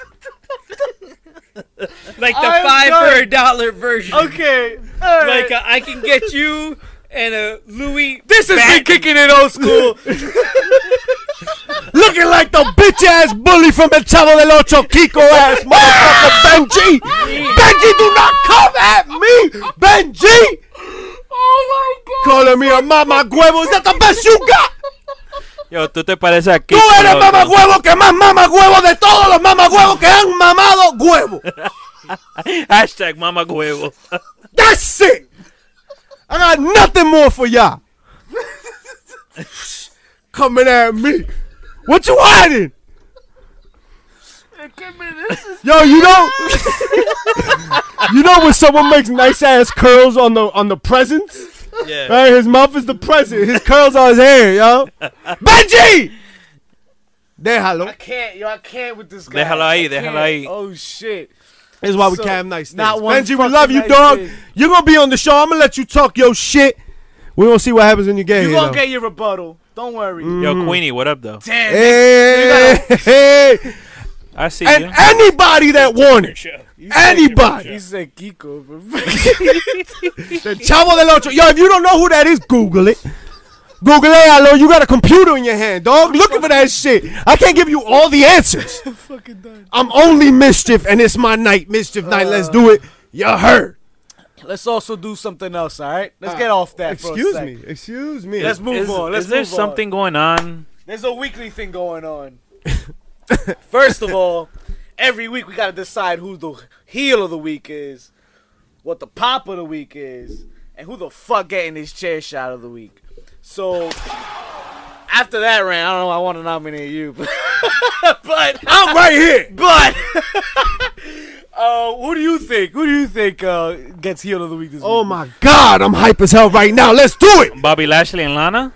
Speaker 5: Like the
Speaker 1: I'm
Speaker 5: five
Speaker 1: done.
Speaker 5: for a dollar version.
Speaker 1: okay. all right.
Speaker 5: Like uh, I can get you and a Louis.
Speaker 1: this has been kicking it old school.
Speaker 4: Looking like the bitch ass bully from El Chavo del Ocho, Kiko ass motherfucker Benji. Benji, do not come at me, Benji.
Speaker 1: oh my god.
Speaker 4: Calling me a mama huevo. Is that the best you got?
Speaker 2: Yo, tú te pareces aquí.
Speaker 4: Tú eres mama huevo que más mama huevo de todos los mama huevos que han mamado huevo.
Speaker 2: Hashtag mama huevo.
Speaker 4: That's it. I got nothing more for y'all. Coming at me. What you hiding? Yo, you know, you know when someone makes nice ass curls on the on the presents,
Speaker 8: Yeah.
Speaker 4: right? His mouth is the present. His curls are his hair, yo. Benji, déjalo.
Speaker 1: I can't, yo, I can't with this guy.
Speaker 2: Déjalo ahí,
Speaker 1: I can't.
Speaker 2: déjalo ahí.
Speaker 1: Oh shit.
Speaker 4: This is why we
Speaker 1: So,
Speaker 4: can't have nice things.
Speaker 1: not one
Speaker 4: Benji, we
Speaker 1: fucking
Speaker 4: love you,
Speaker 1: nice
Speaker 4: dog.
Speaker 1: thing.
Speaker 4: You're gonna be on the show. I'm gonna let you talk your shit. We're gonna see what happens in your game.
Speaker 1: You
Speaker 4: You
Speaker 1: gonna get your rebuttal. Don't worry.
Speaker 4: Mm.
Speaker 2: Yo, Queenie, what up, though?
Speaker 1: Damn.
Speaker 4: hey, hey.
Speaker 2: I see
Speaker 4: and
Speaker 2: you.
Speaker 4: anybody that wanted, anybody.
Speaker 1: He's a geeko, bro.
Speaker 4: The Chavo del Ocho. Yo, if you don't know who that is, Google it. Google it, Alo. You got a computer in your hand, dog. Looking for that shit. I can't give you all the answers. I'm only mischief, and it's my night. Mischief night. Let's
Speaker 1: Uh.
Speaker 4: do it. You heard.
Speaker 1: Let's also do something else, all right? Let's get off that. for a
Speaker 4: Ah, Excuse
Speaker 1: sec.
Speaker 4: me. Excuse me.
Speaker 1: Let's move
Speaker 2: Is,
Speaker 1: on. Let's
Speaker 2: is there
Speaker 1: move on.
Speaker 2: something going on?
Speaker 1: There's a weekly thing going on. First of all, every week we gotta decide who the heel of the week is, what the pop of the week is, and who the fuck getting his chair shot of the week. So after that rant, I don't know. I want to nominate you, but but,
Speaker 4: I'm right here.
Speaker 1: but uh, who do you think? Who do you think uh, gets heel of the week this
Speaker 4: Oh
Speaker 1: week?
Speaker 4: my God, I'm hype as hell right now. Let's do it.
Speaker 2: Bobby Lashley and Lana?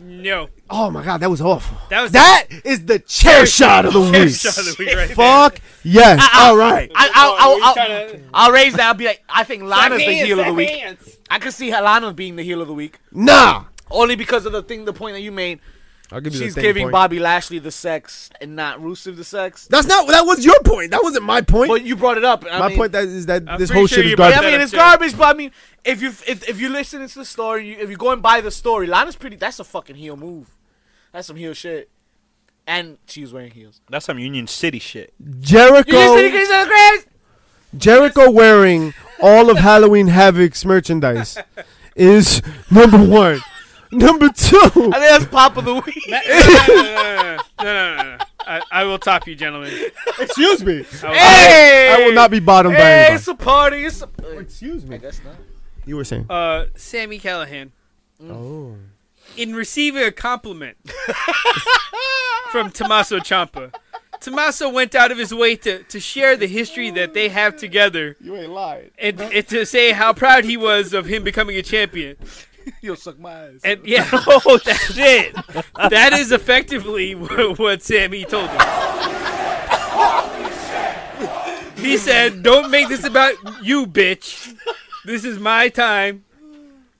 Speaker 5: No,
Speaker 4: Oh my God, that was awful.
Speaker 5: that was
Speaker 4: That is the chair shot of the
Speaker 5: the
Speaker 4: week.
Speaker 5: shot of the week right
Speaker 4: Fuck yes. All right.
Speaker 1: Uh-uh. I,
Speaker 5: Oh,
Speaker 1: I,
Speaker 5: he's
Speaker 1: I, I,
Speaker 5: tryna-
Speaker 1: I'll raise that. I'll be like, I think Lana's the
Speaker 5: Hands,
Speaker 1: heel of the week.
Speaker 5: hands.
Speaker 1: I could see Lana being the heel of the week.
Speaker 4: Nah.
Speaker 1: Only because of the thing, the point that you made.
Speaker 4: I'll give
Speaker 1: She's giving Bobby Lashley the sex and not Rusev the sex.
Speaker 4: That's not. That was your point. That wasn't my point.
Speaker 1: But you brought it up. I
Speaker 4: my
Speaker 1: mean,
Speaker 4: point that is that
Speaker 5: I'm
Speaker 4: this
Speaker 5: pretty
Speaker 4: whole
Speaker 5: sure
Speaker 4: shit
Speaker 5: you
Speaker 4: is
Speaker 5: brought
Speaker 4: garbage.
Speaker 1: I mean,
Speaker 5: up
Speaker 1: it's
Speaker 5: too.
Speaker 1: garbage. But I mean, if you if, if you listen to the story, you, if you're going by the story, Lana's pretty. That's a fucking heel move. That's some heel shit. And she was wearing heels.
Speaker 2: That's some Union City shit.
Speaker 1: You just
Speaker 4: Jericho,
Speaker 1: increase the grades.
Speaker 4: Jericho wearing all of Halloween Havoc's merchandise is number one. Number two,
Speaker 1: I think that's pop of the week.
Speaker 5: No, no, no, no, no, no, no, no. I, I will top you, gentlemen.
Speaker 4: excuse me,
Speaker 5: I will-
Speaker 1: hey,
Speaker 4: I will not be bottomed by
Speaker 1: Hey,
Speaker 4: anybody.
Speaker 1: it's a party. It's a.
Speaker 4: Excuse
Speaker 1: I
Speaker 4: me.
Speaker 1: guess not.
Speaker 4: You were saying.
Speaker 5: Uh, Sammy Callahan.
Speaker 4: Oh.
Speaker 5: in receiving a compliment from Tommaso Ciampa. Tommaso went out of his way to, to share the history that they have together
Speaker 4: You ain't lying.
Speaker 5: and, and to say how proud he was of him becoming a champion.
Speaker 1: You'll suck my ass.
Speaker 5: And yeah, oh shit, that is effectively what, what Sammy told him. He said, "Don't make this about you, bitch. This is my time.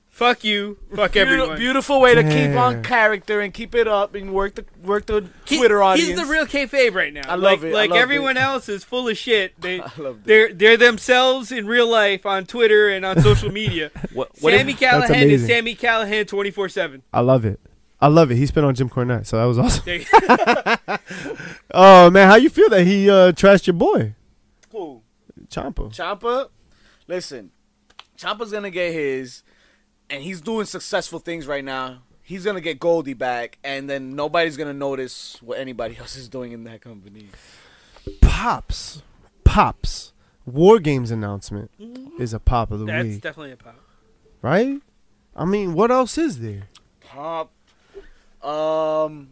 Speaker 5: Fuck you. Fuck
Speaker 1: Beautiful,
Speaker 5: everyone."
Speaker 1: beautiful way to keep on
Speaker 4: Damn.
Speaker 1: character and keep it up and work the work the
Speaker 5: He-
Speaker 1: Twitter audience.
Speaker 5: He's the real kayfabe right now.
Speaker 1: I
Speaker 5: like,
Speaker 1: love it, I
Speaker 5: Like
Speaker 1: loved
Speaker 5: everyone else is full of shit. They
Speaker 1: loved
Speaker 5: they're they're themselves in real life on Twitter and on social media.
Speaker 2: What, what
Speaker 5: Sammy
Speaker 2: if,
Speaker 5: Callahan is
Speaker 4: amazing.
Speaker 5: Sammy Callahan twenty four seven.
Speaker 4: I love it. I love it. He spit on Jim Cornette, so that was awesome.
Speaker 5: There you-
Speaker 4: Oh man, how you feel that he uh, trashed your boy
Speaker 1: Who?
Speaker 4: Champa?
Speaker 1: Champa, listen, Champa's gonna get his, and he's doing successful things right now. He's gonna get Goldie back, and then nobody's gonna notice what anybody else is doing in that company.
Speaker 4: Pops, pops. War games announcement
Speaker 1: Mm-hmm.
Speaker 4: is a pop of the
Speaker 5: That's
Speaker 4: week,
Speaker 5: definitely a
Speaker 1: Oh
Speaker 5: pop.
Speaker 4: right? I mean, what else is there?
Speaker 1: Pop. Um,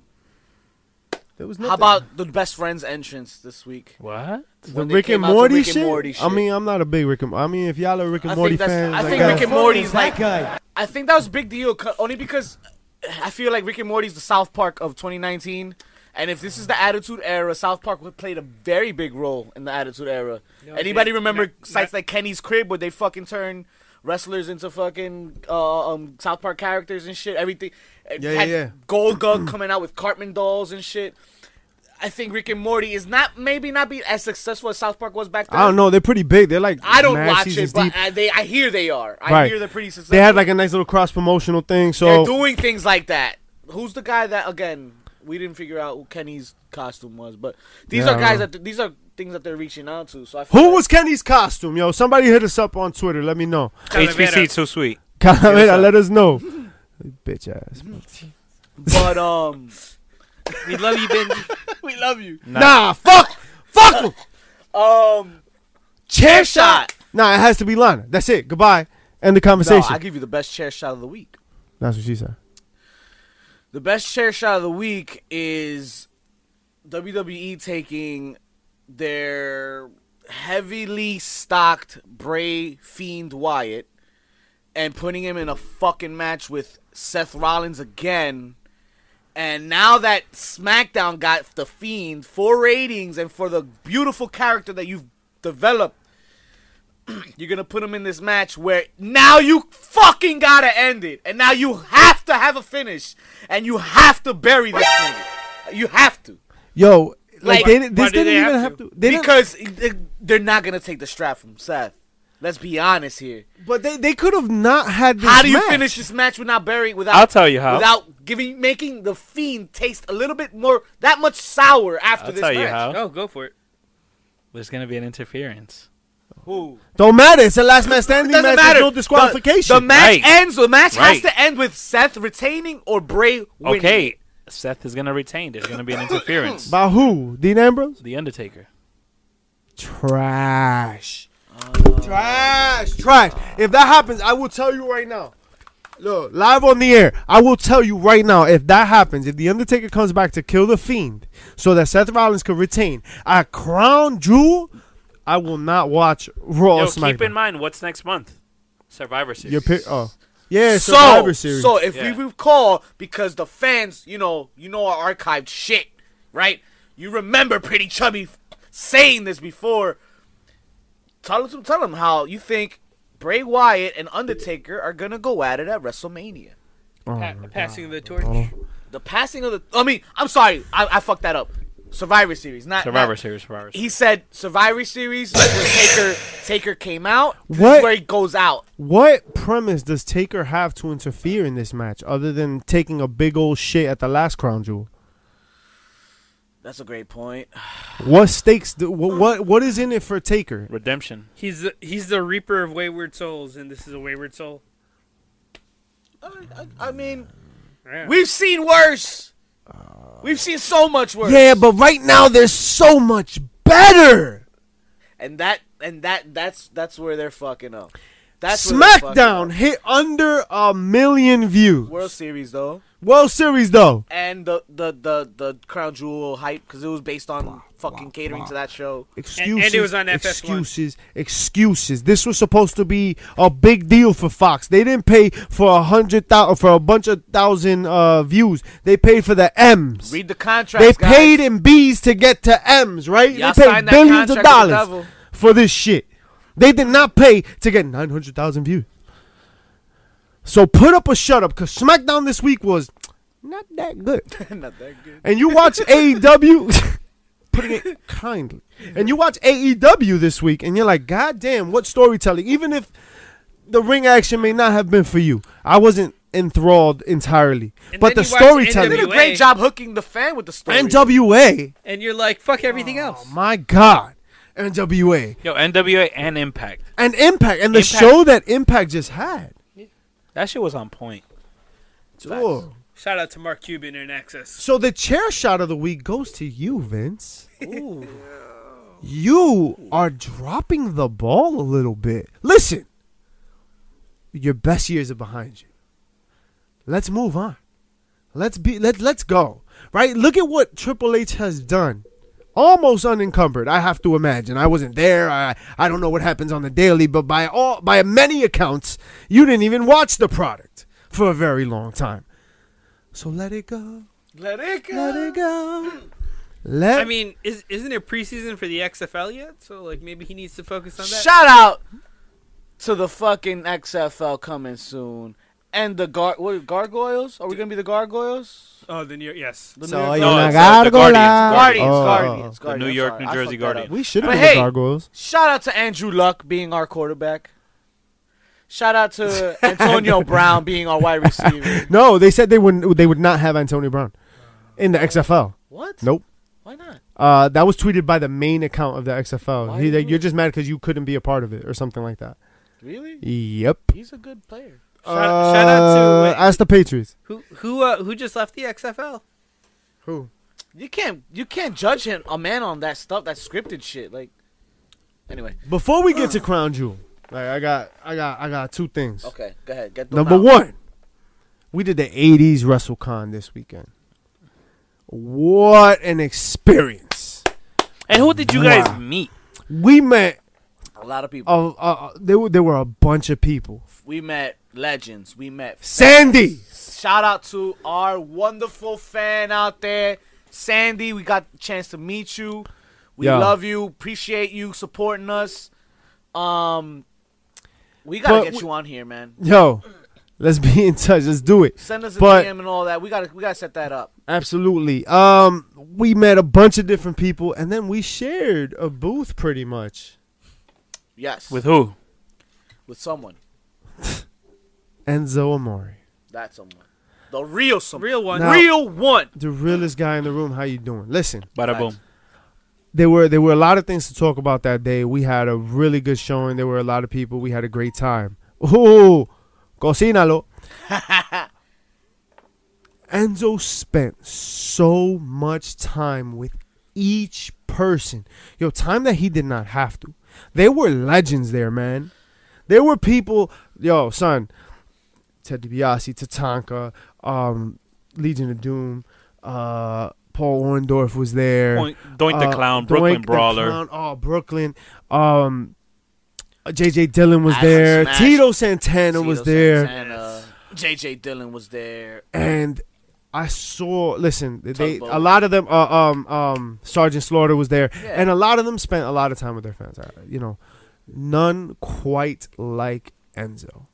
Speaker 4: There was
Speaker 1: how about the best friends entrance this week?
Speaker 2: what?
Speaker 4: the
Speaker 1: when they
Speaker 4: Rick and
Speaker 1: came out to
Speaker 4: Morty
Speaker 1: Rick and
Speaker 4: shit?
Speaker 1: Morty
Speaker 4: I
Speaker 1: shit?
Speaker 4: mean, I'm not a big Rick and. I mean, if y'all are Rick and
Speaker 1: I
Speaker 4: Morty
Speaker 1: think that's-
Speaker 4: fans, uh,
Speaker 1: I think
Speaker 4: guess-
Speaker 1: Rick and Morty's like-
Speaker 3: guy.
Speaker 1: I think that was a big deal, co- only because I feel like Rick and Morty's the South Park of 2019. And if this is the Attitude Era, South Park would played a very big role in the Attitude Era. Anybody
Speaker 5: they-
Speaker 1: remember
Speaker 5: no,
Speaker 1: sites like Kenny's Crib where they fucking turn wrestlers into fucking uh, um, South Park characters and shit? Everything. It
Speaker 4: Yeah, yeah,
Speaker 1: had
Speaker 4: yeah.
Speaker 1: Gold Gug coming out with Cartman dolls and shit. I think Rick and Morty is not maybe not be as successful as South Park was back then.
Speaker 4: I don't know. They're pretty big. They're like
Speaker 1: I don't
Speaker 4: mad
Speaker 1: watch it,
Speaker 4: seasons
Speaker 1: but
Speaker 4: deep.
Speaker 1: I, they I hear they are. I
Speaker 4: Right.
Speaker 1: hear they're pretty successful.
Speaker 4: they had like a nice little cross promotional thing.
Speaker 1: They're
Speaker 4: So
Speaker 1: doing things like that. Who's the guy that again? We didn't figure out who Kenny's costume was, but these
Speaker 4: Yeah, I
Speaker 1: are
Speaker 4: don't
Speaker 1: guys
Speaker 4: know.
Speaker 1: that these are things that they're reaching out to. So I feel
Speaker 4: who
Speaker 1: like-
Speaker 4: was Kenny's costume, yo? Somebody hit us up on Twitter. Let me know.
Speaker 2: HBC too sweet.
Speaker 4: Calavera, let us know. Bitch ass.
Speaker 1: But um,
Speaker 5: We love you, Benji.
Speaker 1: we love you.
Speaker 4: Nah, fuck, fuck 'em.
Speaker 1: Um,
Speaker 4: Chair
Speaker 1: shot.
Speaker 4: Nah, it has to be Lana. That's it. Goodbye. End the
Speaker 1: no,
Speaker 4: conversation.
Speaker 1: I give you the best chair shot of the week.
Speaker 4: That's what she said.
Speaker 1: The best chair shot of the week is WWE E taking their heavily stocked Bray Fiend Wyatt and putting him in a fucking match with Seth Rollins again. And now that SmackDown got the Fiend for ratings and for the beautiful character that you've developed, you're gonna put him in this match where now you fucking gotta end it, and now you have to have a finish, and you have to bury this thing. You have to
Speaker 4: Yo, like,
Speaker 1: Like,
Speaker 4: they, this
Speaker 5: why do
Speaker 4: didn't
Speaker 5: they
Speaker 4: even
Speaker 5: have
Speaker 4: have to.
Speaker 5: to?
Speaker 4: They didn't-
Speaker 1: because they- they're not gonna take the strap from Seth. Let's be honest here.
Speaker 4: but they, they could have not had this
Speaker 1: How do you
Speaker 4: match.
Speaker 1: finish this match without burying? Without
Speaker 2: I'll tell you how.
Speaker 1: Without giving making the fiend taste a little bit more that much sour after
Speaker 2: I'll
Speaker 1: this
Speaker 2: tell
Speaker 1: match.
Speaker 2: you how.
Speaker 5: Oh, go for it.
Speaker 2: There's gonna be an interference.
Speaker 1: Who?
Speaker 4: Don't matter. It's a last man standing
Speaker 1: Doesn't
Speaker 4: match.
Speaker 1: matter.
Speaker 4: There's no disqualification.
Speaker 1: The, the match
Speaker 2: Right.
Speaker 1: ends. The match
Speaker 2: Right.
Speaker 1: has to end with Seth retaining or Bray winning.
Speaker 2: Okay, Seth is gonna retain. There's gonna be an interference.
Speaker 4: By who? Dean Ambrose?
Speaker 2: the Undertaker.
Speaker 4: Trash.
Speaker 2: Oh.
Speaker 4: Trash. Trash. If that happens, I will tell you right now. Look, live on the air, I will tell you right now if that happens, if The Undertaker comes back to kill The Fiend so that Seth Rollins can retain a crown jewel, I will not watch Raw or
Speaker 2: Yo,
Speaker 4: SmackDown.
Speaker 2: keep in mind what's next month. Survivor Series.
Speaker 4: Your pi- oh. Yeah,
Speaker 1: so,
Speaker 4: Survivor Series.
Speaker 1: so if we
Speaker 2: Yeah.
Speaker 1: recall, because the fans, you know, you know our archived shit, right? You remember Pretty Chubby f- saying this before. Tell them, tell them how you think Bray Wyatt and Undertaker are gonna go at it at WrestleMania.
Speaker 5: Pa- passing the torch.
Speaker 1: The passing of the, I mean, I'm sorry, I, I fucked that up. Survivor Series, not
Speaker 2: Survivor
Speaker 1: not-
Speaker 2: Series. Survivor Series.
Speaker 1: He said Survivor Series where Taker Taker came out. This is
Speaker 4: What?
Speaker 1: where he goes out.
Speaker 4: What premise does Taker have to interfere in this match other than taking a big old shit at the last crown jewel?
Speaker 1: That's a great point.
Speaker 4: What stakes? Do, what, what what is in it for Taker?
Speaker 2: Redemption.
Speaker 5: He's the, he's the reaper of wayward souls, and this is a wayward soul.
Speaker 1: I, I, I mean,
Speaker 5: Yeah.
Speaker 1: We've seen worse. We've seen so much worse.
Speaker 4: Yeah, but right now there's so much better.
Speaker 1: and that and that that's that's where they're fucking up. That's where they're fucking
Speaker 4: SmackDown
Speaker 1: up.
Speaker 4: hit under a million views.
Speaker 1: World Series though,
Speaker 4: World Series though.
Speaker 1: and the the the the crown jewel hype because it was based on fucking catering to that show.
Speaker 4: Excuses.
Speaker 5: and it was on FS1.
Speaker 4: Excuses. Excuses. This was supposed to be a big deal for Fox. They didn't pay for a hundred thousand for a bunch of thousand uh, views. They paid for the M's.
Speaker 1: Read the contract.
Speaker 4: They paid in B's to get to M's, right?
Speaker 1: Y'all
Speaker 4: they paid
Speaker 1: signed that
Speaker 4: billions of
Speaker 1: contract with the
Speaker 4: dollars
Speaker 1: devil.
Speaker 4: for this shit. They did not pay to get 900,000 views. So put up or shut up because SmackDown this week was not that good.
Speaker 1: Not that good.
Speaker 4: And you watch AEW, putting it kindly, and you watch AEW this week and you're like, God damn, what storytelling. Even if the ring action may not have been for you, I wasn't enthralled entirely.
Speaker 5: And
Speaker 4: but the
Speaker 5: then you watch
Speaker 1: They did a
Speaker 4: storytelling.
Speaker 5: NWA.
Speaker 1: great job hooking the fan with the story.
Speaker 4: NWA.
Speaker 5: And you're like, fuck everything
Speaker 1: Oh
Speaker 5: else.
Speaker 4: My God, NWA
Speaker 2: Yo, NWA and Impact.
Speaker 4: and Impact and the
Speaker 2: Impact.
Speaker 4: show that Impact just had.
Speaker 2: That shit was on point.
Speaker 4: Sure.
Speaker 5: Shout out to Mark Cuban and Access.
Speaker 4: So the chair shot of the week goes to you, Vince. you are dropping the ball a little bit. Listen, your best years are behind you. Let's move on. Let's be let let's go. Right? Look at what Triple H has done. Almost unencumbered, I have to imagine. I wasn't there. I I don't know what happens on the daily, but by all by many accounts, you didn't even watch the product for a very long time. So let it go.
Speaker 1: Let it go.
Speaker 4: Let it go. Let
Speaker 5: I mean, is, isn't it preseason for the XFL yet? So, like, maybe he needs to focus on that.
Speaker 1: Shout out to the fucking XFL coming soon. And the gar- what, gargoyles? Are we gonna be the gargoyles?
Speaker 5: oh, the New York, yes.
Speaker 1: The
Speaker 4: so
Speaker 1: New
Speaker 4: you
Speaker 1: York-
Speaker 2: No,
Speaker 4: no,
Speaker 2: it's, uh,
Speaker 4: gotta
Speaker 2: the
Speaker 4: go
Speaker 2: Guardians,
Speaker 4: live.
Speaker 1: Guardians,
Speaker 4: Oh,
Speaker 1: Guardians,
Speaker 2: The New
Speaker 1: Guardians. I'm
Speaker 2: York,
Speaker 1: sorry,
Speaker 2: New
Speaker 1: I
Speaker 2: Jersey
Speaker 1: fucked that
Speaker 2: Guardians.
Speaker 1: up.
Speaker 4: We should have
Speaker 1: But
Speaker 4: been
Speaker 1: hey,
Speaker 4: the gargoyles.
Speaker 1: Shout out to Andrew Luck being our quarterback. Shout out to Antonio Brown being our wide receiver.
Speaker 4: No, they said they wouldn't. They would not have Antonio Brown in the XFL.
Speaker 1: What?
Speaker 4: Nope.
Speaker 1: Why not?
Speaker 4: Uh, that was tweeted by the main account of the XFL.
Speaker 1: Why
Speaker 4: He,
Speaker 1: you-
Speaker 4: that you're just mad because you couldn't be a part of it or something like that.
Speaker 1: Really?
Speaker 4: Yep.
Speaker 1: He's a good player.
Speaker 5: Shout, shout out to
Speaker 4: Uh,
Speaker 5: wait,
Speaker 4: ask the Patriots.
Speaker 5: who who uh, who just left the XFL.
Speaker 4: Who?
Speaker 1: You can't you can't judge him a man on that stuff, that scripted shit. Like anyway.
Speaker 4: Before we get to Crown Jewel, like, I got, I got, I got two things.
Speaker 1: Okay, go ahead. Get them
Speaker 4: Number
Speaker 1: out.
Speaker 4: one, we did the '80s WrestleCon this weekend. What an experience!
Speaker 2: And who did you guys meet?
Speaker 4: We met.
Speaker 1: A lot of people.
Speaker 4: Uh, uh, there, were- there were a bunch of people.
Speaker 1: We met legends. We met.
Speaker 4: Sandy.
Speaker 1: Shout out to our wonderful fan out there, Sandy. We got the chance to meet you. We
Speaker 4: Yo.
Speaker 1: love you. Appreciate you supporting us. Um, we gotta
Speaker 4: But
Speaker 1: get
Speaker 4: we-
Speaker 1: you on here, man.
Speaker 4: Yo, let's be in touch. Let's do it.
Speaker 1: Send us a
Speaker 4: But-
Speaker 1: DM and all that. We gotta we gotta set that up.
Speaker 4: Absolutely. Um, we met a bunch of different people, and then we shared a booth pretty much.
Speaker 1: Yes,
Speaker 2: With who?
Speaker 1: with someone.
Speaker 4: Enzo Amore,
Speaker 1: That someone. The real someone.
Speaker 5: Real one.
Speaker 4: Now-
Speaker 1: Real one.
Speaker 4: the realest guy in the room. How you doing? Listen,
Speaker 2: Bada
Speaker 1: Facts.
Speaker 2: boom.
Speaker 4: there were there were a lot of things to talk about that day. We had a really good showing. There were a lot of people. We had a great time. Ooh, cocinalo. Enzo spent so much time with each person. Yo, time that he did not have to. They were legends there, man. There were people, yo, son, Ted DiBiase, Tatanka, um, Legion of Doom, uh, Paul Orndorff was there.
Speaker 2: Point, Doink
Speaker 4: Uh,
Speaker 2: the Clown, Brooklyn
Speaker 4: Doink the
Speaker 2: Brawler.
Speaker 4: Clown, oh, Brooklyn. Um, JJ Dillon was
Speaker 1: Action
Speaker 4: there.
Speaker 1: Smash.
Speaker 4: Tito Santana was
Speaker 1: Tito
Speaker 4: there,
Speaker 1: Santana, JJ uh, Dillon was there.
Speaker 4: and I saw. Listen, they
Speaker 1: Tugboat.
Speaker 4: a lot of them. Uh, um, um, Sergeant Slaughter was there,
Speaker 1: Yeah.
Speaker 4: and a lot of them spent a lot of time with their fans. I- You know, none quite like Enzo.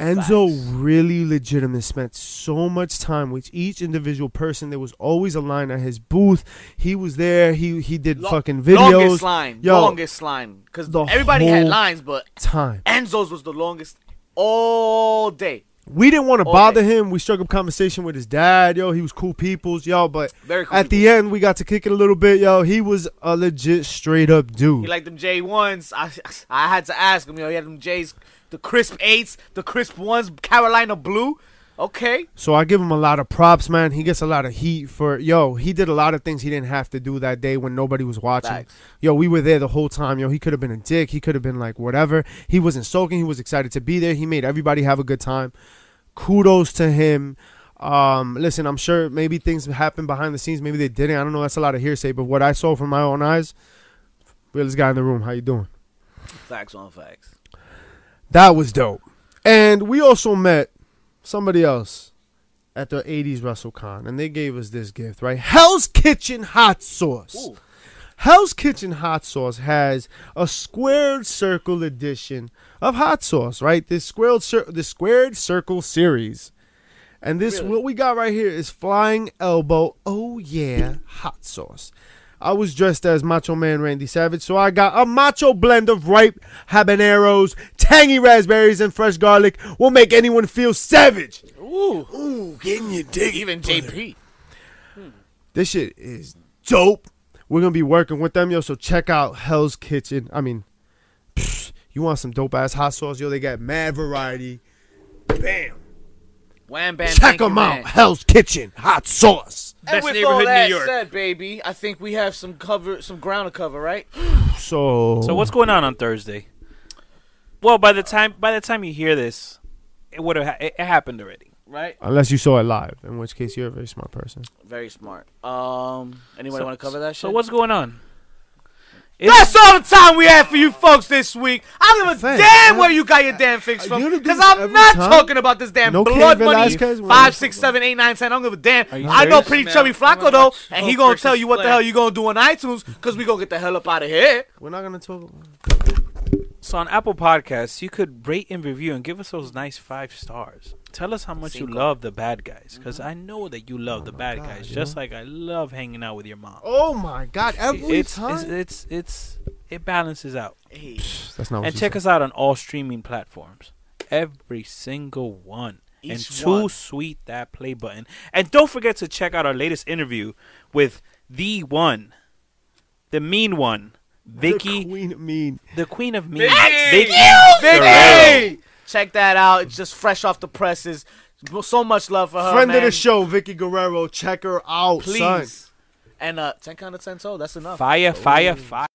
Speaker 4: Enzo
Speaker 1: Facts.
Speaker 4: really legitimate spent so much time with each individual person. There was always a line at his booth. He was there. He he did
Speaker 1: Lo-
Speaker 4: fucking videos.
Speaker 1: Longest line.
Speaker 4: Yo.
Speaker 1: longest line. Because
Speaker 4: The
Speaker 1: everybody had
Speaker 4: whole-
Speaker 1: lines, but
Speaker 4: time.
Speaker 1: Enzo's was the longest all day.
Speaker 4: We didn't want to
Speaker 1: All
Speaker 4: bother
Speaker 1: day.
Speaker 4: him. We struck up conversation with his dad. Yo, he was cool peoples. Yo, but
Speaker 1: Very cool.
Speaker 4: at the end, we got to kick it a little bit. Yo, he was a legit straight up dude.
Speaker 1: He liked them J ones. I I had to ask him. You know, he had them J's, the crisp eights, the crisp ones, Carolina blue. Okay,
Speaker 4: so I give him a lot of props, man. He gets a lot of heat for yo. He did a lot of things he didn't have to do that day when nobody was watching.
Speaker 1: Facts.
Speaker 4: Yo, we were there the whole time. Yo, he could have been a dick. He could have been like whatever. He wasn't soaking. He was excited to be there. He made everybody have a good time. Kudos to him. Um, listen, I'm sure maybe things happened behind the scenes. Maybe they didn't. I don't know. That's a lot of hearsay. But what I saw from my own eyes, realest guy in the room. How you doing?
Speaker 1: facts on facts.
Speaker 4: That was dope. And we also met somebody else at the 80s WrestleCon, and they gave us this gift, right? Hell's Kitchen Hot Sauce.
Speaker 1: Ooh.
Speaker 4: Hell's Kitchen Hot Sauce has a squared circle edition of hot sauce, right? This squared cir- the squared circle series. And this
Speaker 1: Really?
Speaker 4: what we got right here is flying elbow. Oh yeah, hot sauce. I was dressed as Macho Man Randy Savage, so I got a macho blend of ripe habaneros, tangy raspberries, and fresh garlic. Will make anyone feel savage.
Speaker 1: Ooh, ooh, getting you dig. Even Hmm. JP.
Speaker 4: This shit is dope. We're gonna be working with them, yo. So check out Hell's Kitchen. I mean, pfft, you want some dope ass hot sauce, yo? They got mad variety. Bam.
Speaker 1: Wham bam.
Speaker 4: Check
Speaker 1: thank you,
Speaker 4: them out.
Speaker 1: man.
Speaker 4: Hell's Kitchen hot sauce.
Speaker 1: And
Speaker 5: Best
Speaker 1: with
Speaker 5: neighborhood
Speaker 1: all
Speaker 5: in New
Speaker 1: that
Speaker 5: York.
Speaker 1: said, baby, I think we have some cover, some ground to cover, right?
Speaker 4: So
Speaker 2: So what's going on on Thursday? Well, by the time by the time you hear this, it would have ha- it, it happened already.
Speaker 1: Right.
Speaker 4: Unless you saw it live, in which case you're a very smart person.
Speaker 1: Very smart. Um, anybody
Speaker 2: So-
Speaker 1: want to cover that shit?
Speaker 2: So what's going on? Is-
Speaker 1: That's all the time we have for you folks this week. I don't give a
Speaker 4: Thanks,
Speaker 1: damn
Speaker 4: man.
Speaker 1: where you got your damn
Speaker 4: Uh,
Speaker 1: fix
Speaker 4: you
Speaker 1: from.
Speaker 4: gonna do
Speaker 1: Because
Speaker 4: this
Speaker 1: I'm
Speaker 4: every
Speaker 1: not
Speaker 4: time?
Speaker 1: talking about this damn
Speaker 4: No
Speaker 1: blood
Speaker 4: Cain
Speaker 1: money.
Speaker 4: Velasquez?
Speaker 1: Five, six, seven, eight, nine, ten. I don't give a damn.
Speaker 2: Are you
Speaker 1: I know
Speaker 2: serious?
Speaker 1: Pretty
Speaker 5: Man,
Speaker 1: Chubby
Speaker 5: I'm gonna
Speaker 1: Flacco, though,
Speaker 5: watch
Speaker 1: and he
Speaker 5: Hope
Speaker 1: going to
Speaker 5: versus
Speaker 1: tell you what the
Speaker 5: Flair.
Speaker 1: hell you going to do on iTunes because we going to get the hell up out of here.
Speaker 4: We're not gonna talk.
Speaker 2: So on Apple Podcasts, you could rate and review and give us those nice five stars. Tell us how much you love the bad guys, because
Speaker 4: Mm-hmm.
Speaker 2: I know that you love the bad guys, just like I love hanging out with your mom.
Speaker 4: Oh my god! Every
Speaker 2: it's,
Speaker 4: time.
Speaker 2: it's it's it's it balances out.
Speaker 1: Hey,
Speaker 4: That's not.
Speaker 2: and check us out on all streaming platforms, every single one. and
Speaker 1: Each
Speaker 2: too
Speaker 1: one.
Speaker 2: sweet that play button. And don't forget to check out our latest interview with the one, the mean one, Vicky, the,
Speaker 4: Queen mean.
Speaker 2: queen of mean.
Speaker 1: Vicky!
Speaker 2: Ferrell.
Speaker 1: Vicky! Check that out. It's just fresh off the presses. So much love for her.
Speaker 4: Friend of
Speaker 1: Oh, man.
Speaker 4: the show, Vicky Guerrero. Check her out, son.
Speaker 1: Please. And uh, 10 count of 10 so that's enough.
Speaker 2: Fire, fire, fire.